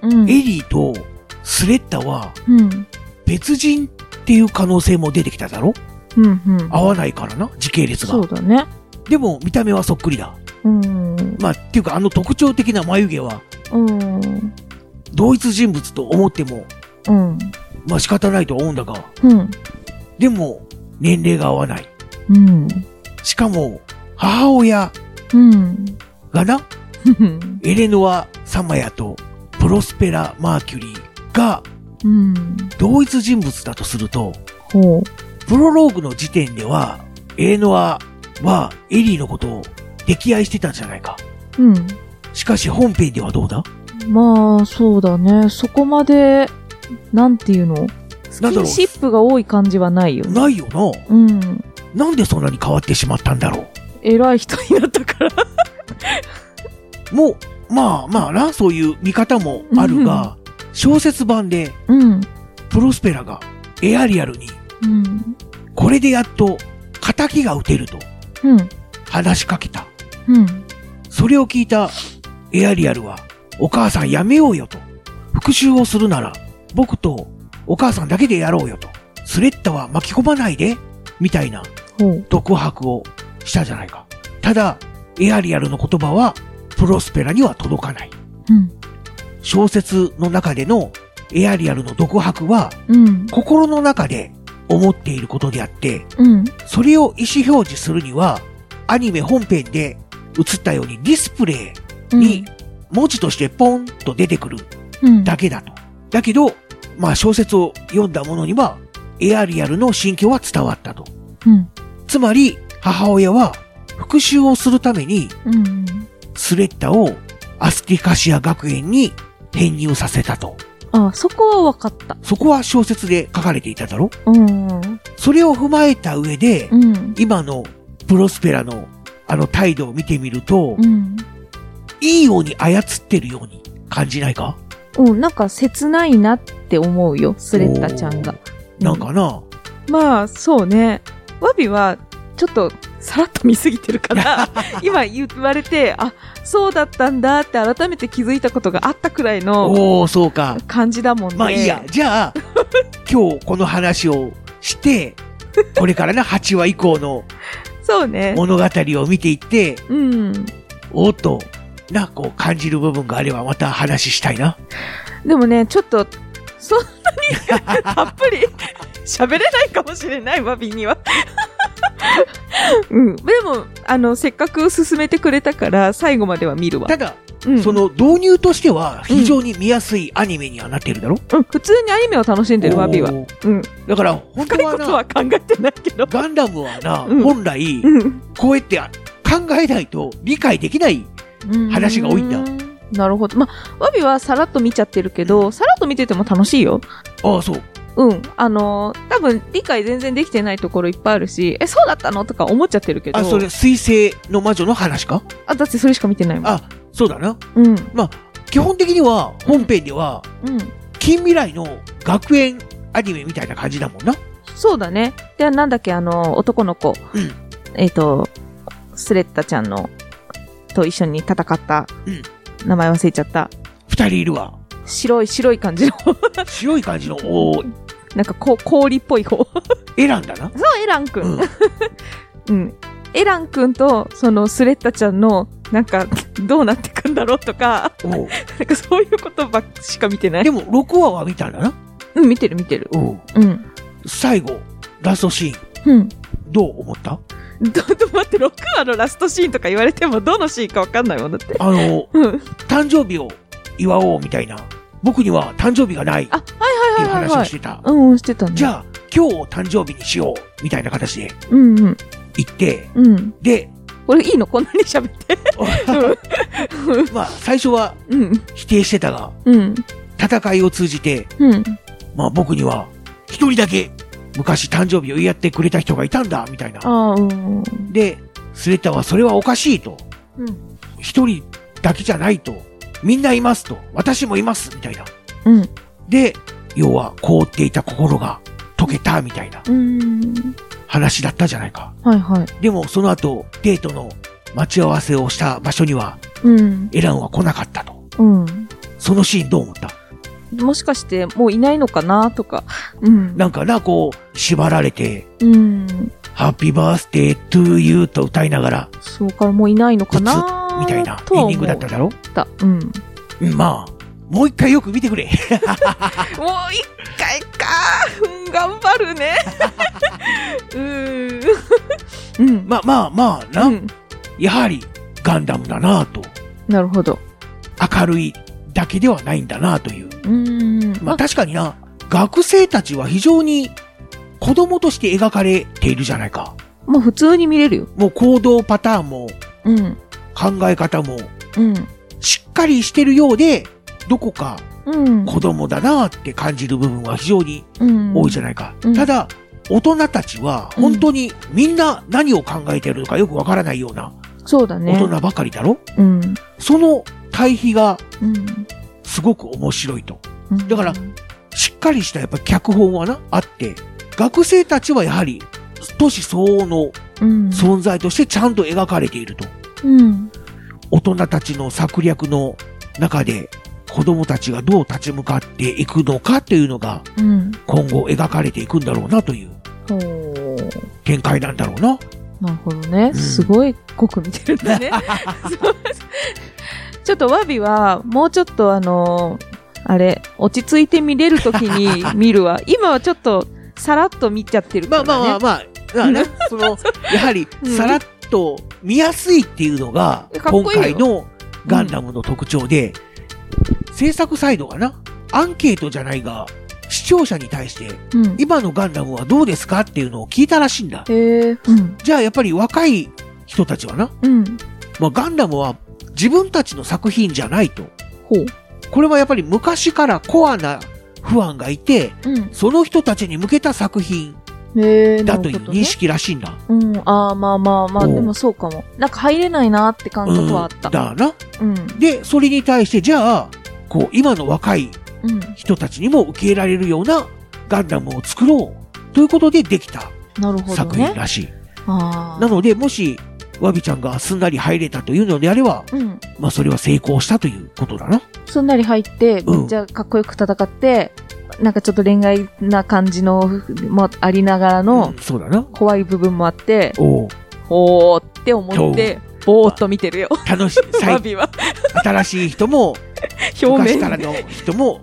Speaker 2: うん。
Speaker 3: エリーとスレッタは
Speaker 2: うん。
Speaker 3: 別人っていう可能性も出てきただろ
Speaker 2: うん、うん。
Speaker 3: 合わないからな、時系列
Speaker 2: そう
Speaker 3: が。
Speaker 2: だね。
Speaker 3: でも見た目はそっくりだ。
Speaker 2: うん。
Speaker 3: まあ、っていうかあの特徴的な眉毛は
Speaker 2: うん。
Speaker 3: 同一人物と思っても、
Speaker 2: うん。
Speaker 3: まあ仕方ないと思うんだが、
Speaker 2: うん。
Speaker 3: でも年齢が合わない。
Speaker 2: うん。
Speaker 3: しかも、母親
Speaker 2: うん。
Speaker 3: がな、エレノア・サマヤとプロスペラ・マーキュリーが
Speaker 2: うん。
Speaker 3: 同一人物だとすると、
Speaker 2: ほう。
Speaker 3: プロローグの時点では、エレノアはエリーのことを溺愛してたんじゃないか。
Speaker 2: うん。
Speaker 3: しかし本編ではどうだ
Speaker 2: まあ、そうだね。そこまで、なんていうのスキ
Speaker 3: なんだろ
Speaker 2: ン
Speaker 3: う
Speaker 2: シップが多い感じはないよね。
Speaker 3: ないよな。
Speaker 2: うん。
Speaker 3: なんでそんなに変わってしまったんだろ
Speaker 2: 偉い人になったから。
Speaker 3: う。もう、まあまあな、そういう見方もあるが、小説版で
Speaker 2: うん。
Speaker 3: プロスペラがエアリアルに、
Speaker 2: うん。
Speaker 3: これでやっと仇が打てると
Speaker 2: うん。
Speaker 3: 話しかけた。
Speaker 2: うん。
Speaker 3: それを聞いたエアリアルは、お母さんやめようよと。復讐をするなら、僕とお母さんだけでやろうよと。スレッタは巻き込まないで、みたいな
Speaker 2: ほう。
Speaker 3: 独白をしたじゃないか。ただ、エアリアルの言葉は、プロスペラには届かない。
Speaker 2: うん。
Speaker 3: 小説の中でのエアリアルの独白は、
Speaker 2: うん。
Speaker 3: 心の中で思っていることであって、
Speaker 2: うん。
Speaker 3: それを意思表示するには、アニメ本編で映ったようにディスプレイに文字としてポンと出てくる
Speaker 2: うん。
Speaker 3: だけだと。だけど、まあ小説を読んだ者には、エアリアルの心境は伝わったと。
Speaker 2: うん。
Speaker 3: つまり、母親は復讐をするために、
Speaker 2: うん。
Speaker 3: スレッタをアスティカシア学園に編入させたと。
Speaker 2: あ、そこは分かった。
Speaker 3: そこは小説で書かれていただろ
Speaker 2: うん。
Speaker 3: それを踏まえた上で、
Speaker 2: うん。
Speaker 3: 今のプロスペラのあの態度を見てみると、
Speaker 2: うん。
Speaker 3: いいように操ってるように感じないか
Speaker 2: うん、なんか切ないなって思うよ、スレッタちゃんが。
Speaker 3: なんかな、
Speaker 2: まあ、そうね。ワビは、ちょっと、さらっと見すぎてる から、今言われて、あ、そうだったんだって改めて気づいたことがあったくらいの
Speaker 3: おおそうか。
Speaker 2: 感じだもんね。
Speaker 3: まあいいや。。じゃ あ、今日この話をして、これからね、8話以降の
Speaker 2: そうね。
Speaker 3: 物語を見ていって、
Speaker 2: うん。
Speaker 3: おっと、な、こう感じる部分があればまた話したいな。
Speaker 2: でもね、ちょっと、そんなに たっぷり喋れないかもしれない、ワビに は。うん、でもあのせっかく進めてくれたから最後までは見るわ、
Speaker 3: ただ、
Speaker 2: うん
Speaker 3: その導入としては非常に見やすいアニメにはなってるだろ、
Speaker 2: うん、普通にアニメを楽しんでるわビは、
Speaker 3: おー
Speaker 2: うん、
Speaker 3: だから、本
Speaker 2: 深い
Speaker 3: 当
Speaker 2: こ
Speaker 3: は
Speaker 2: と
Speaker 3: な、
Speaker 2: は考えてないけど
Speaker 3: ガンダムはな、
Speaker 2: うん
Speaker 3: 本来、こうやって考えないと理解できない。
Speaker 2: うん
Speaker 3: 話が多いんだ
Speaker 2: うなるほどまあワビはさらっと見ちゃってるけどさらっと見てても楽しいよ
Speaker 3: ああ、そう。
Speaker 2: うんあのー多分理解全然できてないところいっぱいあるしえそうだったのとか思っちゃってるけど
Speaker 3: あ、それ、水星の魔女の話か
Speaker 2: あだってそれしか見てないもん
Speaker 3: あ、そうだな。
Speaker 2: うん
Speaker 3: 基本的には、本編では、
Speaker 2: うん
Speaker 3: 近未来の学園アニメみたいな感じだもんな。
Speaker 2: そうだね。で、なんだっけ、あの、男の子。
Speaker 3: うん
Speaker 2: えっ、と、スレッタちゃんの、と一緒に戦った。
Speaker 3: うん
Speaker 2: 名前忘れちゃった。
Speaker 3: 二人い るわ。
Speaker 2: 白い、白い感じの、
Speaker 3: 白い感じの、おー
Speaker 2: なんかこう、氷っぽい方。そ
Speaker 3: エランだな。
Speaker 2: う、エランく
Speaker 3: うん
Speaker 2: ん。。 うん。エランくんと、そのスレッタちゃんの、なんか、 どうなってくんだろうとか、
Speaker 3: おう
Speaker 2: なんかそういうことばっかしか見てない
Speaker 3: で。も、6話は見たんだな。
Speaker 2: うん、見てる見てる。
Speaker 3: おう
Speaker 2: うん。
Speaker 3: 最後、ラストシーン、
Speaker 2: うん。
Speaker 3: どう思った
Speaker 2: ど、 ど、待って、6話のラストシーンとか言われても、どのシーンかわかんないもんだって。
Speaker 3: あの、
Speaker 2: うん。
Speaker 3: 誕生日を祝おうみたいな。僕には誕生日がないって
Speaker 2: あ、はいは
Speaker 3: いう
Speaker 2: いはいはい、
Speaker 3: 話
Speaker 2: は
Speaker 3: を
Speaker 2: い
Speaker 3: し。てた。
Speaker 2: うん、してたね。
Speaker 3: じゃあ、今日を誕生日にしようみたいな形で
Speaker 2: うんうん。
Speaker 3: 言って、
Speaker 2: うん。
Speaker 3: で、
Speaker 2: これいいのこんなに喋って。
Speaker 3: まあ、最初は
Speaker 2: うん。
Speaker 3: 否定してたが、
Speaker 2: うん。
Speaker 3: 戦いを通じて、
Speaker 2: うん。
Speaker 3: まあ僕には、一人だけ、昔誕生日を言い合ってくれた人がいたんだ、みたいな。
Speaker 2: ああ、うん。
Speaker 3: で、スレッタはそれはおかしいと。
Speaker 2: うん。
Speaker 3: 一人だけじゃないと。みんないますと。私もいます、みたいな。
Speaker 2: うん。
Speaker 3: で、要は凍っていた心が溶けたみたいな
Speaker 2: うん。
Speaker 3: 話だったじゃないか。
Speaker 2: はいはい。
Speaker 3: でもその後、デートの待ち合わせをした場所には
Speaker 2: うん。
Speaker 3: エランは来なかったと。
Speaker 2: うん。
Speaker 3: そのシーンどう思った
Speaker 2: もしかして、もういないのかなとか。うん。
Speaker 3: なんかな、こう、縛られて、
Speaker 2: うん。
Speaker 3: ハッピーバースデートゥーユーと歌いながら、
Speaker 2: そうからもういないのかな
Speaker 3: みたいな
Speaker 2: と
Speaker 3: エ
Speaker 2: は
Speaker 3: ン
Speaker 2: 思
Speaker 3: ディングだっただろ
Speaker 2: った。うん。もう
Speaker 3: うんまあ、もう一回よく見てくれ。
Speaker 2: 一回か。うん、頑張る ね。うーん。うん。
Speaker 3: まあまあまあな、
Speaker 2: うん。
Speaker 3: やはりガンダムだなぁと。
Speaker 2: なるほど。
Speaker 3: 明るいだけではないんだなぁという。
Speaker 2: うーん。
Speaker 3: まあ確かにな、学生たちは非常に子供として描かれているじゃないか。
Speaker 2: もう普通に見れるよ。
Speaker 3: もう行動パターンも
Speaker 2: うん。
Speaker 3: 考え方も
Speaker 2: うん。
Speaker 3: しっかりしてるようで、どこか
Speaker 2: うん。
Speaker 3: 子供だなぁって感じる部分は非常に
Speaker 2: うん。
Speaker 3: 多いじゃないか。
Speaker 2: うん
Speaker 3: ただ、大人たちは本当にみんな何を考えてるのかよくわからないような
Speaker 2: そうだ
Speaker 3: 大
Speaker 2: ね。
Speaker 3: 人ばかりだろ、
Speaker 2: うん。
Speaker 3: その対比が
Speaker 2: うん。
Speaker 3: すごく面白いと。
Speaker 2: うん
Speaker 3: だからしっかりしたやっぱ脚本はな、あって、学生たちはやはり、年相応の
Speaker 2: うん。
Speaker 3: 存在としてちゃんと描かれていると。
Speaker 2: うん。
Speaker 3: 大人たちの策略の中で、子供たちがどう立ち向かっていくのかというのが、
Speaker 2: うん。
Speaker 3: 今後描かれていくんだろうなという
Speaker 2: ほー。
Speaker 3: 展開なんだろうな。
Speaker 2: なるほどね。
Speaker 3: うん
Speaker 2: すごい濃く見てるんだね。 そうちょっとワビは、もうちょっとあのーあれ、落ち着いて見れるとき に見るわ。今はちょっと、さらっと見ちゃってるから、ね。
Speaker 3: まあ、ま あね、その、やはり
Speaker 2: うん、
Speaker 3: さらっと見やすいっていうのが、
Speaker 2: かっ
Speaker 3: 今
Speaker 2: こいいよ
Speaker 3: 回のガンダムの特徴で、制作サイドがな、アンケートじゃないが、視聴者に対して、
Speaker 2: うん。
Speaker 3: 今のガンダムはどうですかっていうのを聞いたらしいんだ。
Speaker 2: へえ。うん。
Speaker 3: じゃあやっぱり若い人たちはな、
Speaker 2: うん。
Speaker 3: まあ、ガンダムは自分たちの作品じゃないと。
Speaker 2: ほう。
Speaker 3: これはやっぱり昔からコアなファンがいて、
Speaker 2: うん。
Speaker 3: その人たちに向けた作品
Speaker 2: へえ。
Speaker 3: だとい
Speaker 2: なる
Speaker 3: う
Speaker 2: ほどね
Speaker 3: 認識らしいんだ。
Speaker 2: うん。ああ、まあまあまあ、
Speaker 3: うん
Speaker 2: でもそうかも。なんか入れないなって感覚はあっ
Speaker 3: う
Speaker 2: た。
Speaker 3: んだな。
Speaker 2: うん。
Speaker 3: で、それに対して、じゃあ、こう、今の若い
Speaker 2: うん。
Speaker 3: 人たちにも受け入れられるようなガンダムを作ろうということでできた
Speaker 2: なるほど
Speaker 3: 作品
Speaker 2: ね。
Speaker 3: らしい。
Speaker 2: あ
Speaker 3: な
Speaker 2: あ。
Speaker 3: ので、もし、ワビちゃんがすんなり入れたというのであれば、
Speaker 2: うん。
Speaker 3: まあ、それは成功したということだな。
Speaker 2: すんなり入って、
Speaker 3: うん
Speaker 2: めっちゃかっこよく戦って、なんかちょっと恋愛な感じのもありながらの
Speaker 3: ん、そうだ な。
Speaker 2: 怖い部分もあって、
Speaker 3: おう
Speaker 2: おーって思って、ぼーっと見てるよ。
Speaker 3: 楽しい。
Speaker 2: ワ
Speaker 3: 最
Speaker 2: ビは。
Speaker 3: 新しい人も、
Speaker 2: 表
Speaker 3: 昔から
Speaker 2: 面、
Speaker 3: の人も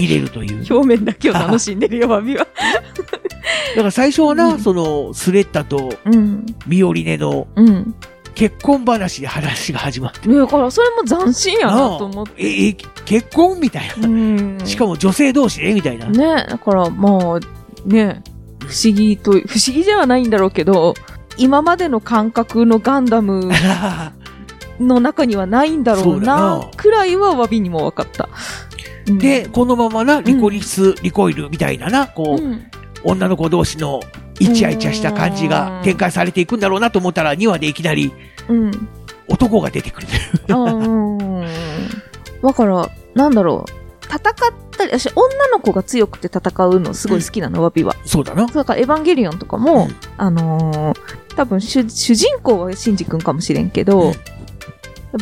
Speaker 3: 見れるという。だ
Speaker 2: 表面だけを楽しんで るよ、ワビは。
Speaker 3: から最初は
Speaker 2: う
Speaker 3: な、
Speaker 2: ん
Speaker 3: その、スレッタと
Speaker 2: うん。
Speaker 3: ミオリネの
Speaker 2: うん。
Speaker 3: 結婚話で話が始まって。
Speaker 2: だから、それも斬新やなと 思って。
Speaker 3: え、え、結婚みたいな。
Speaker 2: うん。
Speaker 3: しかも女性同士でみたい な。
Speaker 2: ね、だから、まあ、ね、不思議と、不思議じゃないんだろうけど、今までの感覚のガンダムの中にはないんだろう
Speaker 3: そうだ
Speaker 2: な
Speaker 3: な、
Speaker 2: くらいはわびにも分かった。うん
Speaker 3: で、、このままな、リコリス、リコイルみたいなな、こう、
Speaker 2: うん
Speaker 3: 女の子同士のイチャイチャした感じ
Speaker 2: う
Speaker 3: が
Speaker 2: ん
Speaker 3: 展開されていくんだろうなと思ったら、2話でいきなり
Speaker 2: うん。
Speaker 3: 男が出てくる。
Speaker 2: あー だから、なんだろう。戦ったり、私、女の子が強くて戦うのすごい好きなの、わびは。
Speaker 3: そうだな。
Speaker 2: だから、エヴァンゲリオンとかも、
Speaker 3: うん
Speaker 2: あのー多分主、主人公はシンジ君かもしれんけ
Speaker 3: うん
Speaker 2: ど、やっ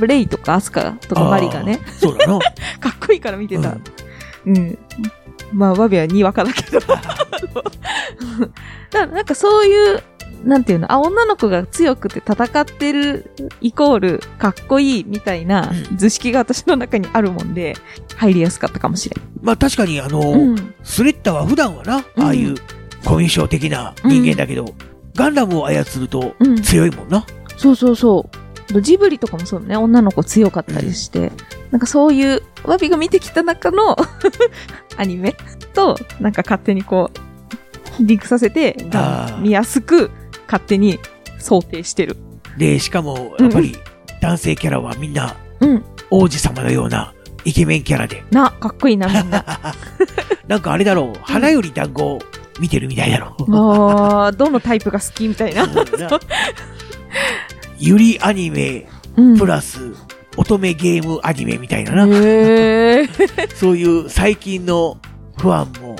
Speaker 2: ぱレイとかアスカとかマリがね、
Speaker 3: あー。そう だな。
Speaker 2: かっこいいから見て
Speaker 3: う
Speaker 2: た
Speaker 3: ん。
Speaker 2: うん。まあ、ワビはにわかだけど。あのだ なんかそういう、なんていうの、あ、女の子が強くて戦ってるイコールかっこいいみたいな
Speaker 3: う
Speaker 2: 図式が私の中にあるもんで、入りやすかったかもしれ
Speaker 3: まあ確かに、あの、
Speaker 2: ん。うん。
Speaker 3: スレッタは普段はな、
Speaker 2: うん
Speaker 3: ああいう、コミュ障的な人間だけど、ガンダムを操ると
Speaker 2: うん
Speaker 3: 強いもんな。
Speaker 2: そうそうそう。ジブリとかもそうね、女の子強かったりして、なんかそういう、ワビが見てきた中の アニメと、なんか勝手にこう、リンクさせて、
Speaker 3: あー
Speaker 2: 見やすく、勝手に想定してる。
Speaker 3: で、しかも、やっぱり、男性キャラはみんな、
Speaker 2: うん。
Speaker 3: 王子様のような、イケメンキャラで。
Speaker 2: な、かっこいいな、みん な。
Speaker 3: なんかあれだろう、花より団子を見てるみたいだろう。
Speaker 2: あーどのタイプが好きみたいな。
Speaker 3: そうだなゆりアニメ
Speaker 2: うん
Speaker 3: プラス乙女ゲームアニメみたいなな、
Speaker 2: へえ。
Speaker 3: そういう最近のファンも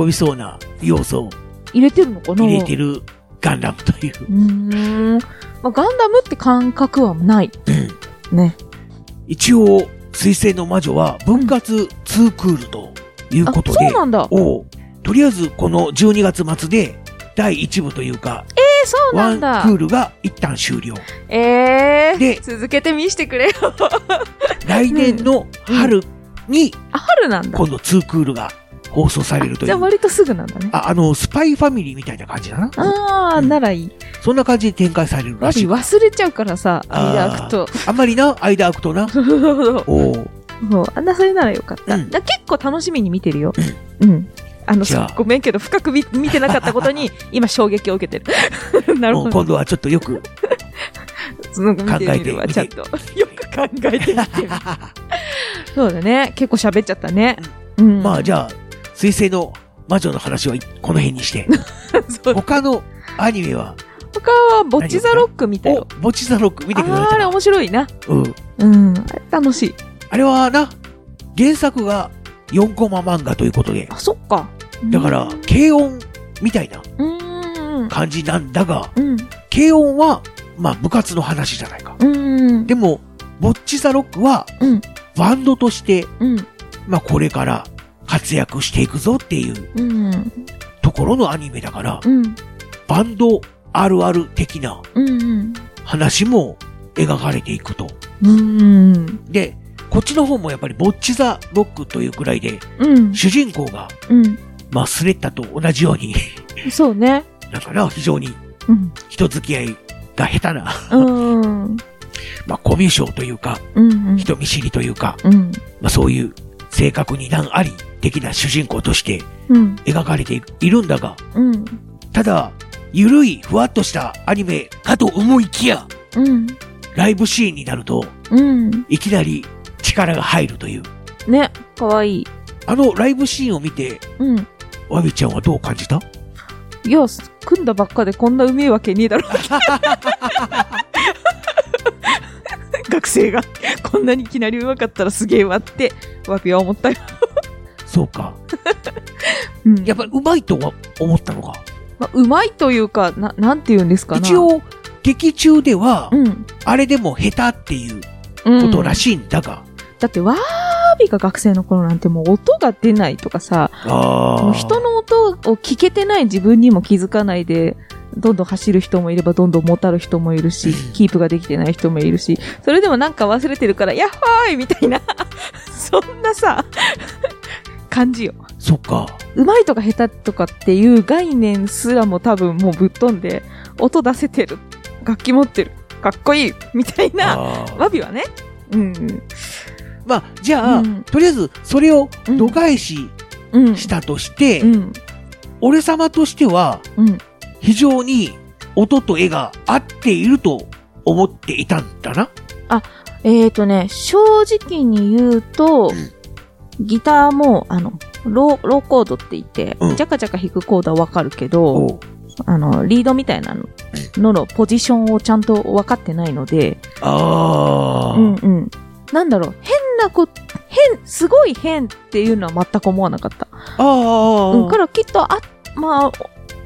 Speaker 3: 喜びそうな要素を
Speaker 2: 入れてるのかな
Speaker 3: 入れてるガンダムという
Speaker 2: う。ーん。まあ、ガンダムって感覚はない。ね。
Speaker 3: 一応、水星の魔女は分割2クールという
Speaker 2: あ、
Speaker 3: こと
Speaker 2: そ
Speaker 3: で、
Speaker 2: うなんだ。え
Speaker 3: おうとりあえずこの12月末で第1部というか、
Speaker 2: ー、そうな
Speaker 3: ワ
Speaker 2: ん
Speaker 3: ンク
Speaker 2: だ。
Speaker 3: ールが一旦終了。
Speaker 2: えー、
Speaker 3: で
Speaker 2: 続けて見してくれよ。
Speaker 3: 来年の春に
Speaker 2: あ、春なんだ。
Speaker 3: 今度2クールが放送されるとい
Speaker 2: じゃあ
Speaker 3: う。
Speaker 2: 割とすぐなんだね。
Speaker 3: あ、あの、スパイファミリーみたいな感じだな。
Speaker 2: ああ、
Speaker 3: うん
Speaker 2: ならいい。
Speaker 3: そんな感じで展開されるらしい。
Speaker 2: 忘れちゃうからさ、
Speaker 3: あー
Speaker 2: 間空くと。
Speaker 3: あんまりな、間空くとな。
Speaker 2: なるほど。
Speaker 3: おう
Speaker 2: もう、あん なそれならよかった。
Speaker 3: うん
Speaker 2: だ結構楽しみに見てるよ。うん。あの
Speaker 3: じゃあ、
Speaker 2: ごめんけど、深く見見てなかったこと に、今衝撃を受けてる。なる
Speaker 3: も
Speaker 2: ほ
Speaker 3: う
Speaker 2: ど。
Speaker 3: 今度はちょっとよく。
Speaker 2: なんか見てみるわ、
Speaker 3: 考え
Speaker 2: ちゃん
Speaker 3: て
Speaker 2: と。よく考えてみてる。そうだね。結構喋っちゃったね。うん。
Speaker 3: まあじゃあ、水星の魔女の話はこの辺にして。
Speaker 2: そう
Speaker 3: 他のアニメは、
Speaker 2: 他は、ボッチザロック見た
Speaker 3: お
Speaker 2: よ。、
Speaker 3: ボチザロック見てくだ
Speaker 2: あー
Speaker 3: さ
Speaker 2: あ
Speaker 3: い
Speaker 2: れ。面白いな。
Speaker 3: うん。
Speaker 2: うん。あれ楽しい。
Speaker 3: あれはな、原作が4コマ漫画ということで、
Speaker 2: あ、そっか。
Speaker 3: だから
Speaker 2: う、
Speaker 3: 軽音みたいな
Speaker 2: ーん。
Speaker 3: 感じなんだが、
Speaker 2: うん。
Speaker 3: 軽音は、まあ部活の話じゃないか。
Speaker 2: うん。
Speaker 3: でも、ボッチザロックは
Speaker 2: うん、
Speaker 3: バンドとして、
Speaker 2: うん。
Speaker 3: まあこれから活躍していくぞっていう
Speaker 2: うん。
Speaker 3: ところのアニメだから、
Speaker 2: うん。
Speaker 3: バンドあるある的な
Speaker 2: うん。
Speaker 3: 話も描かれていくと。
Speaker 2: うん。
Speaker 3: で、こっちの方もやっぱりボッチザロックというくらいで、
Speaker 2: うん。
Speaker 3: 主人公が、
Speaker 2: うん。
Speaker 3: まあスレッタと同じように、
Speaker 2: そうね。
Speaker 3: だから非常に
Speaker 2: うん。
Speaker 3: 人付き合いが下手な、
Speaker 2: うん。
Speaker 3: まあコミュ障というか、
Speaker 2: うん。
Speaker 3: 人見知りというか、
Speaker 2: うん。
Speaker 3: まあそういう性格に難あり的な主人公として
Speaker 2: うん。
Speaker 3: 描かれているんだが、
Speaker 2: うん。
Speaker 3: ただ、ゆるいふわっとしたアニメかと思いきや、
Speaker 2: うん。
Speaker 3: ライブシーンになると、
Speaker 2: うん。
Speaker 3: いきなり力が入るという。
Speaker 2: ね。かわいい。
Speaker 3: あのライブシーンを見て、
Speaker 2: うん。
Speaker 3: わびちゃんはどう感じた
Speaker 2: いや、組んだばっかでこんなうめえわけねえだろ。学生がこんなにいきなりうまかったらすげえわって、ワピは思ったよ。
Speaker 3: そうか。
Speaker 2: うん
Speaker 3: やっぱりうまいとは思ったのか。
Speaker 2: まあうまいというか、な、なんて言うんですかな。
Speaker 3: 一、応、劇中では
Speaker 2: う、ん。
Speaker 3: あれでも下手っていう
Speaker 2: うん
Speaker 3: ことらしいんだが、
Speaker 2: だって、ワービが学生の頃なんてもう音が出ないとかさ、
Speaker 3: あ
Speaker 2: も
Speaker 3: あ。
Speaker 2: う人の音を聞けてない自分にも気づかないで、どんどん走る人もいれば、どんどんもたる人もいるし、キープができてない人もいるし、それでもなんか忘れてるから、やっほーいみたいな、 そんなさ、感じよ。
Speaker 3: そっか。
Speaker 2: うまいとか下手とかっていう概念すらも多分もうぶっ飛んで、音出せてる。楽器持ってる。かっこいいみたいな、
Speaker 3: あー
Speaker 2: ワビはね。うん。
Speaker 3: まあ、じゃあ、
Speaker 2: うん
Speaker 3: とりあえず、それを度外視
Speaker 2: うん。
Speaker 3: したとして、
Speaker 2: うん。
Speaker 3: 俺様としては、
Speaker 2: うん。
Speaker 3: 非常に音と絵が合っていると思っていたんだな。
Speaker 2: えーとね、正直に言うと、ギターも、あの、ロー、ローコードって言って、
Speaker 3: うん
Speaker 2: ジャカジャカ弾くコードはわかるけど、
Speaker 3: おう
Speaker 2: あの、リードみたいなのののポジションをちゃんと分かってないので、
Speaker 3: ああ、
Speaker 2: うんうん。なんだろう、変なこ、変、すごい変っていうのは全く思わなかった。
Speaker 3: ああ、
Speaker 2: うん、からきっと、あ、ま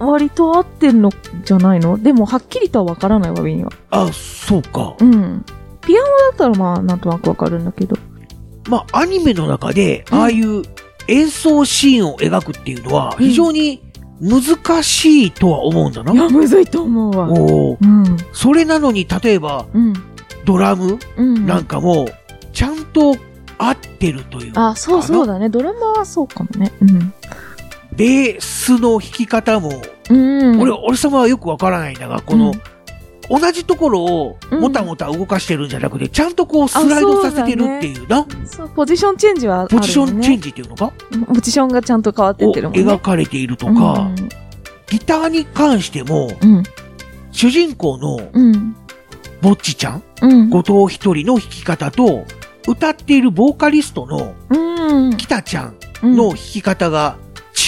Speaker 2: あ、割と合ってるのじゃないのでも、はっきりとは分からないわ、ビには。
Speaker 3: あ、そうか。
Speaker 2: うん。ピアノだったら、まあ、なんとなく分かるんだけど。
Speaker 3: まあ、アニメの中で、
Speaker 2: うん
Speaker 3: ああいう演奏シーンを描くっていうのは、
Speaker 2: うん
Speaker 3: 非常に難しいとは思うんだな。
Speaker 2: いや、むずいと思うわ。
Speaker 3: おお。
Speaker 2: うん。
Speaker 3: それなのに、例えば、
Speaker 2: うん。
Speaker 3: ドラム
Speaker 2: うん。
Speaker 3: なんかも、ちゃんと合ってるという。
Speaker 2: あ、そうそうだね。ドラマはそうかもね。うん。
Speaker 3: ベースの弾き方も、
Speaker 2: うん。
Speaker 3: 俺、俺様はよくわからないんだが、この、同じところをもたもた動かしてるんじゃなくて、ちゃんとこうスライドさせてるっていうな、
Speaker 2: そう、ポジションチェンジはある
Speaker 3: ポ
Speaker 2: もんね。
Speaker 3: ジションチェンジっていうのか、
Speaker 2: うんポジションがちゃんと変わって
Speaker 3: を
Speaker 2: ってるもんね。
Speaker 3: 描かれているとか、ギターに関しても、
Speaker 2: うん。
Speaker 3: 主人公の
Speaker 2: うん。うん。
Speaker 3: ぼっちちゃん、
Speaker 2: うん。
Speaker 3: 後藤一人の弾き方と、歌っているボーカリストの
Speaker 2: うん。
Speaker 3: きたちゃん
Speaker 2: うん
Speaker 3: の弾き方が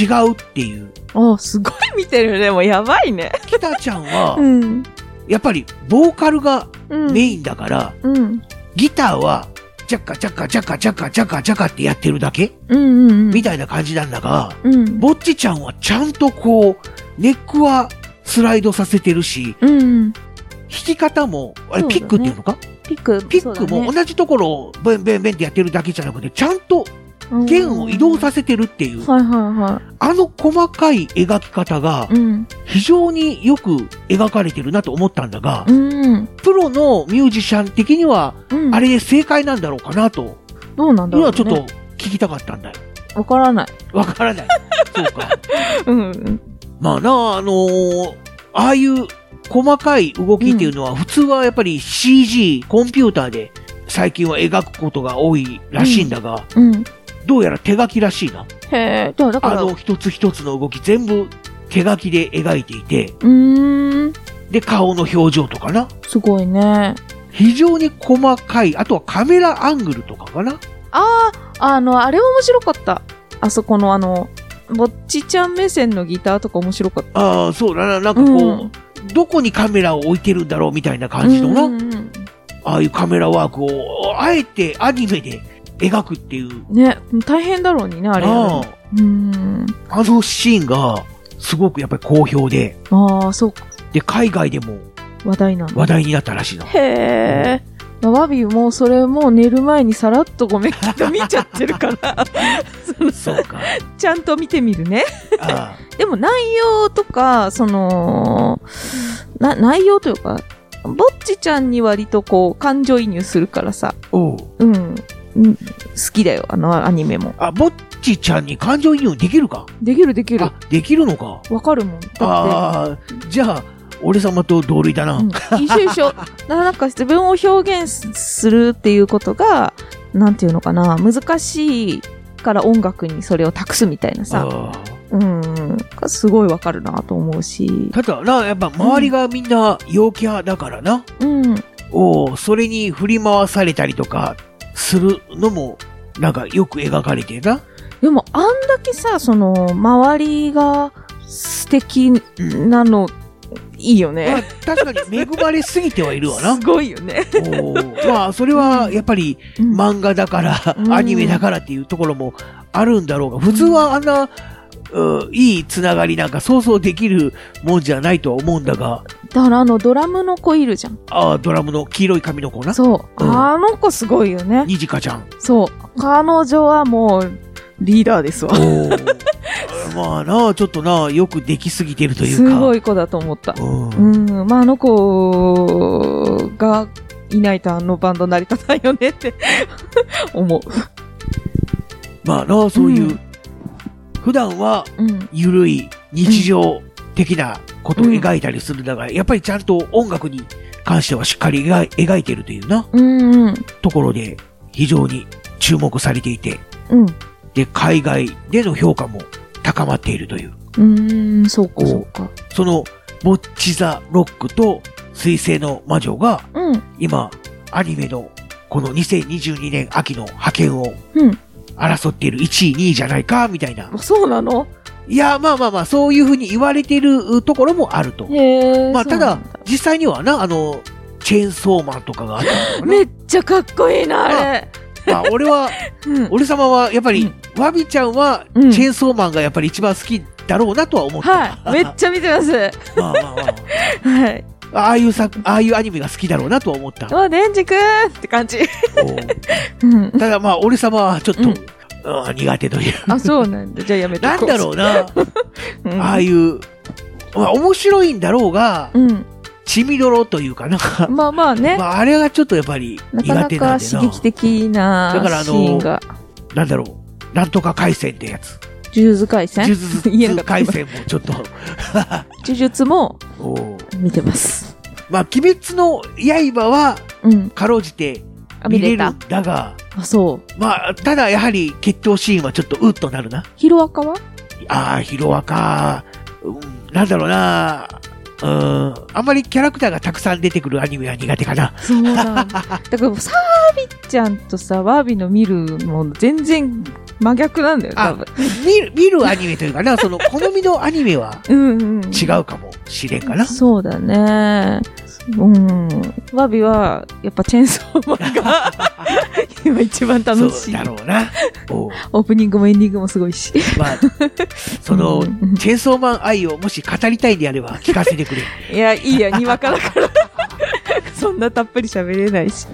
Speaker 3: 違うっていう。
Speaker 2: あ、すごい見てるね。もうやばいね。
Speaker 3: きたちゃ ん
Speaker 2: う
Speaker 3: は、
Speaker 2: ん。
Speaker 3: やっぱりボーカルが
Speaker 2: うん。
Speaker 3: メインだから、
Speaker 2: うん。
Speaker 3: ギターは、ジャッカジャッカジャッカジャッカジャッカジャッカってやってるだけ
Speaker 2: うんうんうん
Speaker 3: み。たいな感じなんだが、
Speaker 2: うん。
Speaker 3: ぼっちちゃんはちゃんとこう、ネックはスライドさせてるし、
Speaker 2: うんうん。
Speaker 3: 弾き方も、あれ
Speaker 2: そうだね
Speaker 3: ピックっていうのか
Speaker 2: ピック。
Speaker 3: ピックも同じところをベンベンベンってやってるだけじゃなくて、ちゃんと弦を移動
Speaker 2: せ
Speaker 3: させてるっていう、
Speaker 2: はいはいは
Speaker 3: あの細かい描き方が
Speaker 2: い。うん。
Speaker 3: 非常によく描かれてるなと思ったんだが
Speaker 2: う、ん。
Speaker 3: プロのミュージシャン的には、
Speaker 2: うん。
Speaker 3: あれで正解なんだろうかなと、
Speaker 2: どうなんだろう、
Speaker 3: 今
Speaker 2: ね。
Speaker 3: ちょっと聞きたかったんだよ。
Speaker 2: と。わからない。
Speaker 3: わからない。そうか。
Speaker 2: うんうん。
Speaker 3: まあなあ、あのーああいう細かい動きっていうのは、普通はやっぱり CG、コンピューターで最近は描くことが多いらしいんだが、
Speaker 2: うん。
Speaker 3: どうやら手書きらしいな。
Speaker 2: へえ。でもだか
Speaker 3: あ
Speaker 2: ら、
Speaker 3: の
Speaker 2: う
Speaker 3: 一つ一つの動き全部手書きで描いていて、
Speaker 2: ーん。
Speaker 3: で、顔の表情とかな。
Speaker 2: すごいね。
Speaker 3: 非常に細かい。あとはカメラアングルとかかな。
Speaker 2: ああ、あの、あれ面白かった。あそこのあの、ぼっちちゃん目線のギターとか面白かった。
Speaker 3: ああ、そうだな。なんかこう、どこにカメラを置いてるんだろうみたいな感じのな。
Speaker 2: うんうん
Speaker 3: ああいうカメラワークを、あえてアニメで描くっていう。
Speaker 2: うんね、大変だろうにね、あれ。
Speaker 3: あ
Speaker 2: うーん。
Speaker 3: ああのシーンが、すごくやっぱり好評で、
Speaker 2: ああ、そうか。
Speaker 3: で、海外でも
Speaker 2: 話題なんだ。
Speaker 3: 話題になったらしいな。
Speaker 2: へえ。まあワビもそれもう寝る前にさらっとごめんきっと見ちゃってるからその
Speaker 3: そうか。
Speaker 2: ちゃんと見てみるね
Speaker 3: ああ
Speaker 2: でも内容とかそのな内容というかぼっちちゃんに割とこう感情移入するからさ
Speaker 3: おう
Speaker 2: うんうん好きだよあのアニメも
Speaker 3: あ、ぼっちちゃんに感情移入できるか
Speaker 2: できるできる
Speaker 3: あ、できるのか。
Speaker 2: わかるもんだって
Speaker 3: ああ、じゃあ、俺様と同類だな。
Speaker 2: うん一緒 一緒ななんか自分を表現すするっていうことがなんていうのかな難しいから音楽にそれを託すみたいなさ
Speaker 3: ああ
Speaker 2: うんがすごいわかるなと思うした
Speaker 3: だな、やっぱ周りがみんな陽キャだからな。
Speaker 2: うん
Speaker 3: おうそれに振り回されたりとかするのも、なんかよく描かれてるな。
Speaker 2: でもあんだけさその周りが素敵なのいいよ
Speaker 3: まあ
Speaker 2: ね、
Speaker 3: 確かに恵まれすぎてはいるわ な
Speaker 2: す。ごいよね、
Speaker 3: おうまあ、それはやっぱり
Speaker 2: うん
Speaker 3: 漫画だから、
Speaker 2: うん
Speaker 3: アニメだからっていうところもあるんだろうが、普通はあんな、うんいいつながりなんか想像できるもんじゃないとは思うんだが、
Speaker 2: だからあのドラムの子いるじゃん
Speaker 3: ああ、ドラムの黄色い髪の子な。
Speaker 2: そう、
Speaker 3: うん
Speaker 2: あの子すごいよね
Speaker 3: にじかち ゃん。
Speaker 2: そう彼女はもうリーダーですわ
Speaker 3: おーまあなあ、ちょっとなあ、よくできすぎてるという
Speaker 2: す
Speaker 3: か。
Speaker 2: ごい子だと思った。
Speaker 3: うん
Speaker 2: うん、まああの子がいないとあのバンド成り立たないよねって 思う。
Speaker 3: まあなあ、そういう、
Speaker 2: うん
Speaker 3: 普段は
Speaker 2: うん、
Speaker 3: ゆるい日常的なことを描いたりするんだが、やっぱりちゃんと音楽に関してはしっかり描い描いてるというな、
Speaker 2: うん、うん、
Speaker 3: ところで非常に注目されていて、
Speaker 2: うん、
Speaker 3: で、海外での評価も高まっているという、
Speaker 2: うん、そうかそうか。
Speaker 3: その、ボッチザ・ロックと水星の魔女が
Speaker 2: うん、
Speaker 3: 今、アニメのこの2022年秋の派遣を
Speaker 2: うん
Speaker 3: 争っている1位、2位じゃないか、みたいな。
Speaker 2: あそうなの
Speaker 3: いや、まあまあまあ、そういうふうに言われてるところもあると。
Speaker 2: へえ。
Speaker 3: まあ、
Speaker 2: そ
Speaker 3: た
Speaker 2: うな
Speaker 3: だ
Speaker 2: ん、
Speaker 3: 実際にはな、あの、チェーンソーマンとかがあったりと かね。
Speaker 2: めっちゃかっこいいな、あれ。
Speaker 3: まあ、俺は、
Speaker 2: うん、
Speaker 3: 俺様は、やっぱり、ワビちゃんは、チ
Speaker 2: うん
Speaker 3: ェーンソーマンがやっぱり一番好きだろうなとは思った。
Speaker 2: はい、 めっちゃ見てます。
Speaker 3: まあまあまあ。
Speaker 2: はい。
Speaker 3: ああいう作、ああいうアニメが好きだろうなとは思った。
Speaker 2: あ、デンジくんって感じ。
Speaker 3: おう
Speaker 2: うん。
Speaker 3: ただまあ、俺様はちょっと、
Speaker 2: うん
Speaker 3: うん苦手という。
Speaker 2: あ、そうなんだ。じゃあやめとこ
Speaker 3: な
Speaker 2: う。
Speaker 3: んだろうな。
Speaker 2: う。ん、
Speaker 3: ああいう、まあ、面白いんだろうが、
Speaker 2: うん。
Speaker 3: 血みどろというかなんか、
Speaker 2: まあまあね。
Speaker 3: まあ、あれがちょっとやっぱり苦
Speaker 2: な
Speaker 3: 手
Speaker 2: か
Speaker 3: なん
Speaker 2: な
Speaker 3: で
Speaker 2: か
Speaker 3: な。
Speaker 2: 刺激的な
Speaker 3: だからあ
Speaker 2: シ
Speaker 3: の
Speaker 2: ーンが。
Speaker 3: なんだろう。なんとか回線ってやつ。
Speaker 2: 呪術廻戦
Speaker 3: 呪術
Speaker 2: 言えなかった
Speaker 3: 回線もちょっと。
Speaker 2: 呪術も
Speaker 3: おー
Speaker 2: 見てます。
Speaker 3: まあ、鬼滅の刃は、
Speaker 2: うん。
Speaker 3: かろうじて
Speaker 2: あ、
Speaker 3: 見
Speaker 2: 見
Speaker 3: れ
Speaker 2: れ
Speaker 3: るん
Speaker 2: た。
Speaker 3: だが、
Speaker 2: あ、そう。
Speaker 3: まあ、ただやはり決闘シーンはちょっとうっとなるな。
Speaker 2: ヒロアカは
Speaker 3: ああ、ヒロアか。うんなんだろうな。うん。あんまりキャラクターがたくさん出てくるアニメは苦手かな。
Speaker 2: そう なんだ。だから、サービちゃんとさ、ワービの見るもの全然真逆なんだよ、多
Speaker 3: あ
Speaker 2: 分。、
Speaker 3: 見る、見るアニメというかな、その、好みのアニメは
Speaker 2: うんうん。
Speaker 3: 違うかもしれんかな。
Speaker 2: そうだね。うん。ワビは、やっぱチェーンソーマンが 今一番楽し
Speaker 3: そう
Speaker 2: い
Speaker 3: だ。ろうな。おう
Speaker 2: オープニングもエンディングもすごいし。
Speaker 3: ま あ、その
Speaker 2: う、ん
Speaker 3: チェーンソーマン愛をもし語りたいんであれば聞かせてくれ。
Speaker 2: いや、いいや、にわかだから。そんなたっぷり喋れないし。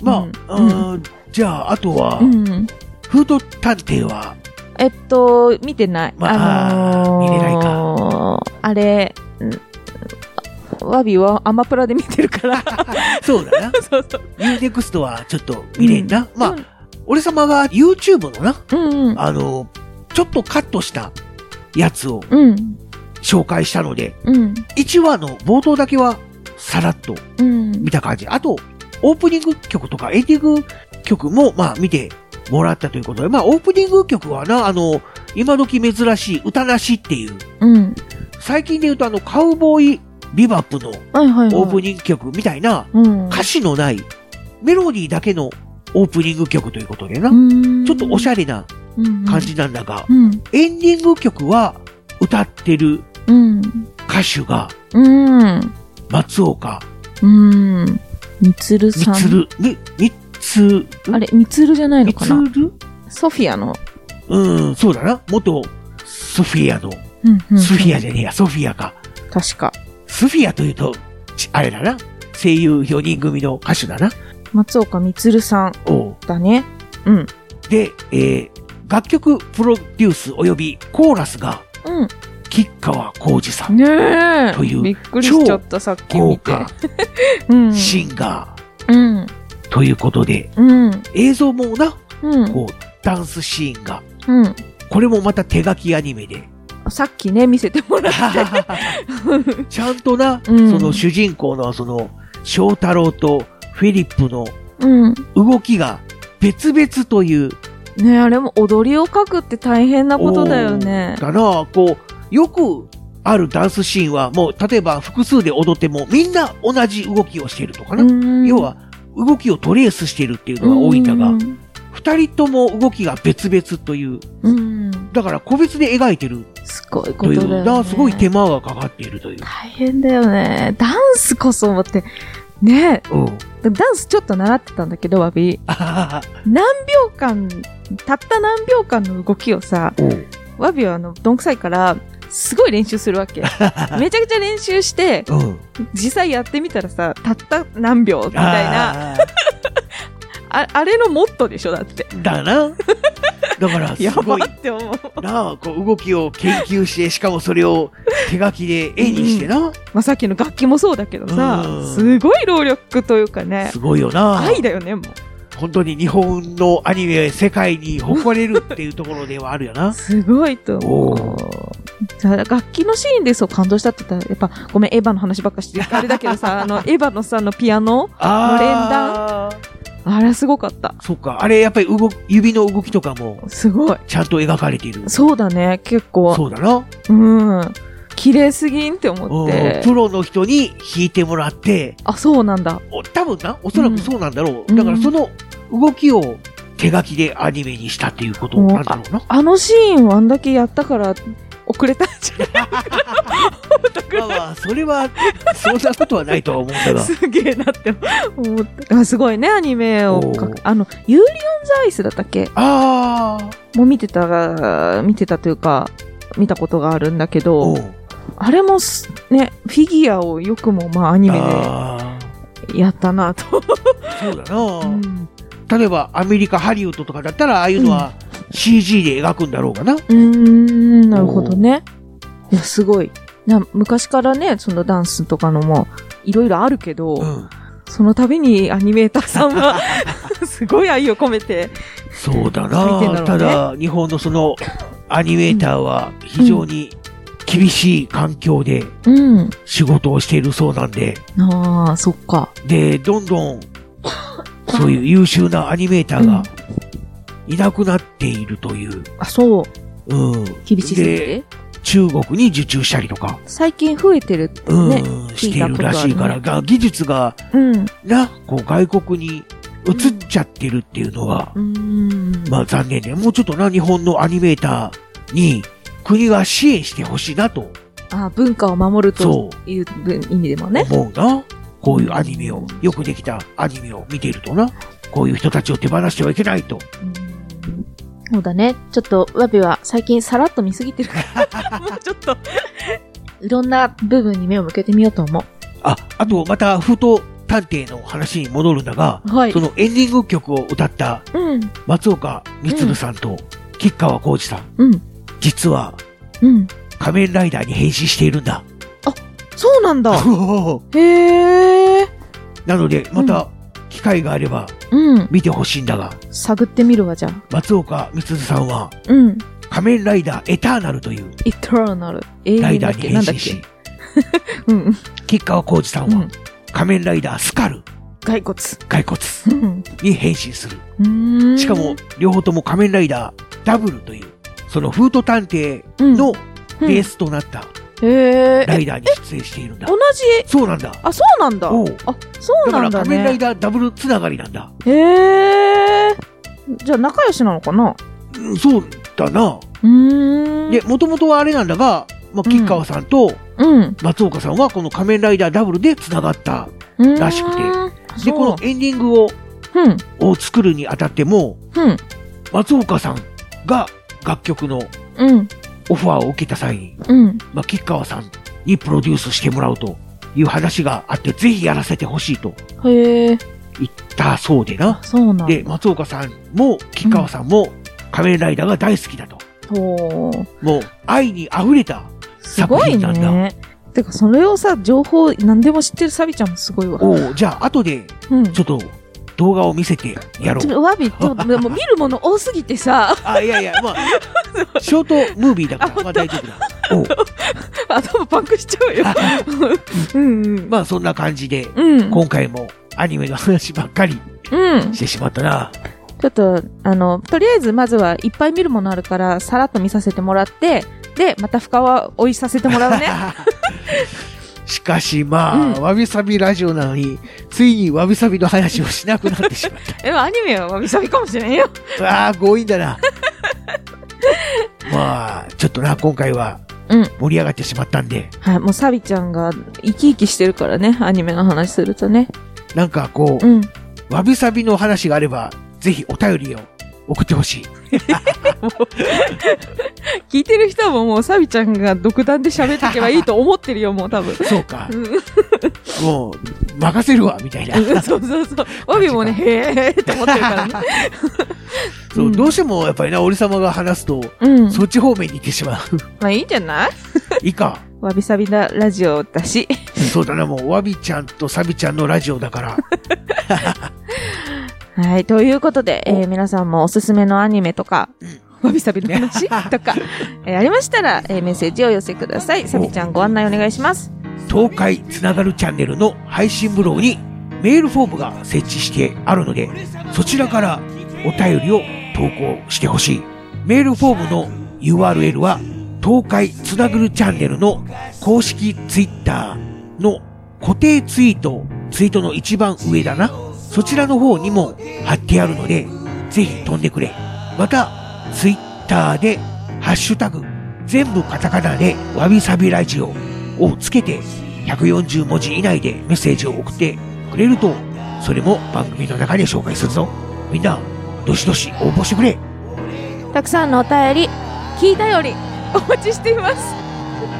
Speaker 3: ま あ、
Speaker 2: うん
Speaker 3: うーんじゃあ、あとは
Speaker 2: う、ん。
Speaker 3: フード探偵は、
Speaker 2: えっと、見てない。
Speaker 3: まあ
Speaker 2: のー
Speaker 3: 見れない
Speaker 2: あれ、んワビはアマプラで見てるから。
Speaker 3: そうだな。
Speaker 2: そうそう。
Speaker 3: ユーネクストはちょっと見れんな。ま
Speaker 2: う
Speaker 3: あ、
Speaker 2: ん
Speaker 3: 俺様が YouTube のな、
Speaker 2: うん
Speaker 3: あの、ちょっとカットしたやつを
Speaker 2: うん。
Speaker 3: 紹介したので、
Speaker 2: うん。
Speaker 3: 1話の冒頭だけはさらっと
Speaker 2: うん
Speaker 3: 見。た感じ。あと、オープニング曲とかエンディング曲も、まあ、見てもらったということで、まあ、オープニング曲はな、あの、今時珍しい歌なしっていう、
Speaker 2: うん。
Speaker 3: 最近で言うとあの、カウボーイビバップの
Speaker 2: はいはいはい。
Speaker 3: オープニング曲みたいな、
Speaker 2: うん。
Speaker 3: 歌詞のない、メロディーだけのオープニング曲ということでな、ち
Speaker 2: ち
Speaker 3: ょっとおしゃれな
Speaker 2: 感
Speaker 3: 感。じなんだが、
Speaker 2: うん。
Speaker 3: エンディング曲は歌ってる
Speaker 2: うん。
Speaker 3: 歌手が
Speaker 2: うん。
Speaker 3: 松岡
Speaker 2: うん。みつる
Speaker 3: み
Speaker 2: さん。
Speaker 3: つる、み、みつ、
Speaker 2: あれ、みつるじゃないの
Speaker 3: み
Speaker 2: か
Speaker 3: つ
Speaker 2: な
Speaker 3: る
Speaker 2: ソフィアの。
Speaker 3: うん、そうだな。元ソフィアの、
Speaker 2: うんうん
Speaker 3: ソフィアじゃねえや、ソフィアか。
Speaker 2: 確か。
Speaker 3: ソフィアというと、ちあれだな。声優4人組の歌手だな。
Speaker 2: 松岡みつるさん
Speaker 3: おう
Speaker 2: だね。うん。
Speaker 3: で、えー、楽曲プロデュース及びコーラスが
Speaker 2: うん。
Speaker 3: 吉川浩二さん。
Speaker 2: ねえ。
Speaker 3: という
Speaker 2: びっくりしちゃった、さっき
Speaker 3: 豪
Speaker 2: 見て
Speaker 3: 華。
Speaker 2: うん。
Speaker 3: シンガー
Speaker 2: うん。
Speaker 3: ということで、
Speaker 2: うん。
Speaker 3: 映像もな、
Speaker 2: うん。
Speaker 3: こう、ダンスシーンが、
Speaker 2: うん。
Speaker 3: これもまた手書きアニ メで、
Speaker 2: さっきね、見せてもらった。
Speaker 3: ちゃんとな、
Speaker 2: うん
Speaker 3: その主人公のその、翔太郎とフィリップの
Speaker 2: うん。
Speaker 3: 動きが別々という、
Speaker 2: ねえあれも踊りを書くって大変なことだよね。
Speaker 3: だな、こう、よくあるダンスシーンは、もう、例えば複数で踊っても、みんな同じ動きをしているとかな。
Speaker 2: うん
Speaker 3: 要は、動きをトレースしているっていうのが多いんだが、二人とも動きが別々という、
Speaker 2: うん。うん。
Speaker 3: だから個別で描いてる
Speaker 2: すごいことと
Speaker 3: い
Speaker 2: だ
Speaker 3: う、
Speaker 2: よ
Speaker 3: な
Speaker 2: ね。
Speaker 3: すごい手間がかかっているという。
Speaker 2: 大変だよね。ダンスこそ思って、ね
Speaker 3: うん。
Speaker 2: え、でもダンスちょっと習ってたんだけど、わび。
Speaker 3: あはは
Speaker 2: 何秒間、たった何秒間の動きをさ、
Speaker 3: おう
Speaker 2: わびはあの、どんくさいから、すごい練習するわ け。めちゃくちゃ練習して、
Speaker 3: うん。み
Speaker 2: 実際やってみたらさ、たった何秒みたいな、あ
Speaker 3: な。
Speaker 2: あれのモットーでしょ、だって。
Speaker 3: だな。だから、す
Speaker 2: やば
Speaker 3: ごい。
Speaker 2: って思う。
Speaker 3: なあ、こう動きを研究して、しかもそれを手書きで絵にしてな。
Speaker 2: まあ、さっきの楽器もそうだけどさ
Speaker 3: う、ん
Speaker 2: すごい労力というかね
Speaker 3: す、ごいよな。
Speaker 2: 愛だよね、も
Speaker 3: 本当に日本のアニメ世界に誇れるっていうところではあるよ
Speaker 2: う。
Speaker 3: な。
Speaker 2: すごいと思
Speaker 3: お
Speaker 2: う。だから楽器のシーンでそう感動したって言ったら、やっぱ、ごめん、エヴァの話ばっかしてる、あれだけどさ、あの、エヴァのさ、あのピアノ、
Speaker 3: ああ。
Speaker 2: あれはすごかった。
Speaker 3: そっか。あれ、やっぱり動き指の動きとかも、
Speaker 2: すごい。
Speaker 3: ちゃんと描かれている。
Speaker 2: そうだね、結構。
Speaker 3: そうだな。
Speaker 2: うん。綺麗すぎんって思っ
Speaker 3: うん
Speaker 2: て
Speaker 3: プ。ロの人に弾いてもらって、
Speaker 2: あ、そうなんだ。
Speaker 3: お多分な、おそらくそうなんだろう。
Speaker 2: うん
Speaker 3: だからその動きを手書きでアニメにしたっていうことなんだろうな。
Speaker 2: あのシーンをあんだけやったから、遅れたんじゃ
Speaker 3: まあまあ、それは、そんなことはないとは思うんだ
Speaker 2: な
Speaker 3: が
Speaker 2: い。すげえなって思った。あすごいね、アニメを描
Speaker 3: お
Speaker 2: く。
Speaker 3: ー
Speaker 2: あの、ユーリオン・ザ・アイスだったっけ
Speaker 3: ああ、
Speaker 2: もう見てた、見てたというか、見たことがあるんだけど、
Speaker 3: う
Speaker 2: あれもすね、フィギュアをよくもまあアニメ
Speaker 3: あ
Speaker 2: でやったなと。
Speaker 3: あ、そうだな、
Speaker 2: うん
Speaker 3: 例えばアメリカ、ハリウッドとかだったら、ああいうのは CG で描くんだろうかな。
Speaker 2: うーん、なるほどね。いや、すごい。な昔からね、そのダンスとかのも、いろいろあるけど、
Speaker 3: うん。
Speaker 2: その度にアニメーターさんは、 すごい愛を込めて、
Speaker 3: そうだ
Speaker 2: 見てんだろ
Speaker 3: な
Speaker 2: うね
Speaker 3: ただ、日本のそのアニメーターは非常に厳しい環境で
Speaker 2: うん。
Speaker 3: 仕事をしているそうなんで、
Speaker 2: ああ、そっか。
Speaker 3: で、どんどんそう いう優秀なアニメーターがいなくなっているという。
Speaker 2: あ、そう。
Speaker 3: うん。
Speaker 2: 厳しすぎ
Speaker 3: で
Speaker 2: て。
Speaker 3: 中国に受注したりとか、
Speaker 2: 最近増えてるって
Speaker 3: うん
Speaker 2: ね。
Speaker 3: しているらしいから、
Speaker 2: 聞い
Speaker 3: が技術が
Speaker 2: うん。う
Speaker 3: な、こう外国に移っちゃってるっていうのは、
Speaker 2: ーん。
Speaker 3: まあ残念で、もうちょっとな、日本のアニメーターに国が支援してほしいなと
Speaker 2: あ、文化を守ると
Speaker 3: そう
Speaker 2: いう意味でもね。
Speaker 3: 思うな。こういうアニメを、よくできたアニメを見ているとな、こういう人たちを手放してはいけないと。
Speaker 2: そうだね。ちょっと、わびは最近さらっと見すぎてるから、もう ちょっと、いろんな部分に目を向けてみようと思
Speaker 3: あ、あとまた、封筒探偵の話に戻るんだが、
Speaker 2: う。はい
Speaker 3: そ。のエンディング曲を歌った
Speaker 2: うん、
Speaker 3: 松岡充さんと吉川浩二さん、
Speaker 2: うん、
Speaker 3: 実は
Speaker 2: うん。
Speaker 3: 仮面ライダーに変身しているんだ。
Speaker 2: そうなんだ。へえ。
Speaker 3: なので、また、機会があれば
Speaker 2: うん。
Speaker 3: 見てほしいんだが、
Speaker 2: 探ってみるわ、じゃあ。
Speaker 3: 松岡充さんは、
Speaker 2: うん。
Speaker 3: 仮面ライダーエターナルという
Speaker 2: エターナル。永
Speaker 3: ライ
Speaker 2: 遠だ
Speaker 3: ダ
Speaker 2: っ
Speaker 3: ーに
Speaker 2: け
Speaker 3: 変
Speaker 2: なんだっ
Speaker 3: 身
Speaker 2: け
Speaker 3: し、
Speaker 2: うんうん。
Speaker 3: 吉川浩二さん
Speaker 2: う
Speaker 3: は
Speaker 2: ん、
Speaker 3: 仮面ライダースカル、
Speaker 2: 骸骨。
Speaker 3: 骸骨
Speaker 2: うん
Speaker 3: に変身する。
Speaker 2: うーん。
Speaker 3: しかも、両方とも仮面ライダーダブルという、そのフート探偵
Speaker 2: うん、
Speaker 3: の
Speaker 2: うん
Speaker 3: ベースとなった
Speaker 2: へえ。
Speaker 3: ライダーに出演しているんだ
Speaker 2: 同。じ、
Speaker 3: そうなんだ。
Speaker 2: あ、そうなんだ。
Speaker 3: おう
Speaker 2: あ、そう
Speaker 3: だか
Speaker 2: な
Speaker 3: ら
Speaker 2: んだ
Speaker 3: 仮面ライ
Speaker 2: ね。
Speaker 3: ダーダブルつながりなんだ。
Speaker 2: へえ。じゃあ仲良しなのかな
Speaker 3: うんそうだな。
Speaker 2: うーん。
Speaker 3: で、もともとはあれなんだが、ま
Speaker 2: う
Speaker 3: あ、
Speaker 2: ん
Speaker 3: 吉川さんと
Speaker 2: うん。
Speaker 3: 松岡さんはこの仮面ライダーダブルでつながった。
Speaker 2: うーん
Speaker 3: らしくて。で、
Speaker 2: そう
Speaker 3: このエンディングを
Speaker 2: うん。
Speaker 3: を作るにあたっても、
Speaker 2: うん。
Speaker 3: 松岡さんが楽曲の
Speaker 2: うん。
Speaker 3: オファーを受けた際に、
Speaker 2: うん。
Speaker 3: まあ、吉川さんにプロデュースしてもらうという話があって、ぜひやらせてほしいと
Speaker 2: へえ。
Speaker 3: 言ったそうでな。
Speaker 2: そうなんだ。
Speaker 3: で、松岡さんも吉川さんも仮面ライダーが大好きだと。
Speaker 2: ほう。
Speaker 3: もう愛に溢れた。
Speaker 2: すごい
Speaker 3: 作品な
Speaker 2: ね。てか、それをさ、情報、何でも知ってるサビちゃんもすごいわ。
Speaker 3: おうじゃあ後で
Speaker 2: うん。
Speaker 3: ちょっと動画を見せてやろ
Speaker 2: ちょっ
Speaker 3: う。
Speaker 2: とわび、 ちょっと、もう見るもの多すぎてさ、
Speaker 3: あ、いやいや、まあ、ショートムービーだか
Speaker 2: あ
Speaker 3: ら、まあ大丈夫だ。 おう
Speaker 2: 頭パンクしちゃ うよ。うんうん。
Speaker 3: まあそんな感じで、
Speaker 2: うん。
Speaker 3: 今回もアニメの話ばっかり
Speaker 2: うん。
Speaker 3: してしまったな。
Speaker 2: ちょっと、あの、とりあえずまずはいっぱい見るものあるから、さらっと見させてもらって、で、また深は追いさせても らうね。
Speaker 3: しかしまあ、
Speaker 2: うん
Speaker 3: わびさびラジオなのに、ついにわびさびの話をしなくなってしまっ
Speaker 2: え、アニメはわびさびかもしれんよ。
Speaker 3: た。ああ、強引 だな。まあ、ちょっとな、今回は
Speaker 2: うん
Speaker 3: 盛り上がってしまったんで、
Speaker 2: はい、もうサビちゃんが生き生きしてるからね、アニメの話するとね。
Speaker 3: なんかこう、
Speaker 2: うん。
Speaker 3: わびさびの話があれば、ぜひお便りを送ってほしい。
Speaker 2: 聞いてる人ももうサビちゃんが独断で喋ってけばいいと思ってるよ、もう 多分。
Speaker 3: そうか
Speaker 2: う。ん
Speaker 3: もう、任せるわ、みたいな。
Speaker 2: うんそうそうそう。わびもね、へーって思ってる からね。
Speaker 3: そうう、
Speaker 2: ん
Speaker 3: どうしてもやっぱりな、俺様が話すと、
Speaker 2: うん。
Speaker 3: そっち方面に行ってしまう。
Speaker 2: まあいいんじゃない
Speaker 3: いいか。
Speaker 2: わびさびなラジオだし。
Speaker 3: そうだな、もう、わびちゃんとさびちゃんのラジオだから。
Speaker 2: はい。ということで、えー皆さんもおすすめのアニメとか、わびさびの話と か、えーありましたら、えーメッセージを寄せください。さびちゃんご案内お願いします。
Speaker 3: 東海つながるチャンネルの配信ブログにメールフォームが設置してあるので、そちらからお便りを投稿してほしい。メールフォームの URL は、東海つなぐるチャンネルの公式ツイッターの固定ツイート、ツイートの一番上だな。そちらの方にも貼ってあるので、ぜひ飛んでくれ。また、ツイッターで、ハッシュタグ、全部カタカナで、わびさびラジオをつけて、140文字以内でメッセージを送ってくれると、それも番組の中で紹介するぞ。みんな、どしどし応募してくれ。
Speaker 2: たくさんのお便り、聞いたより、 お待ちしています。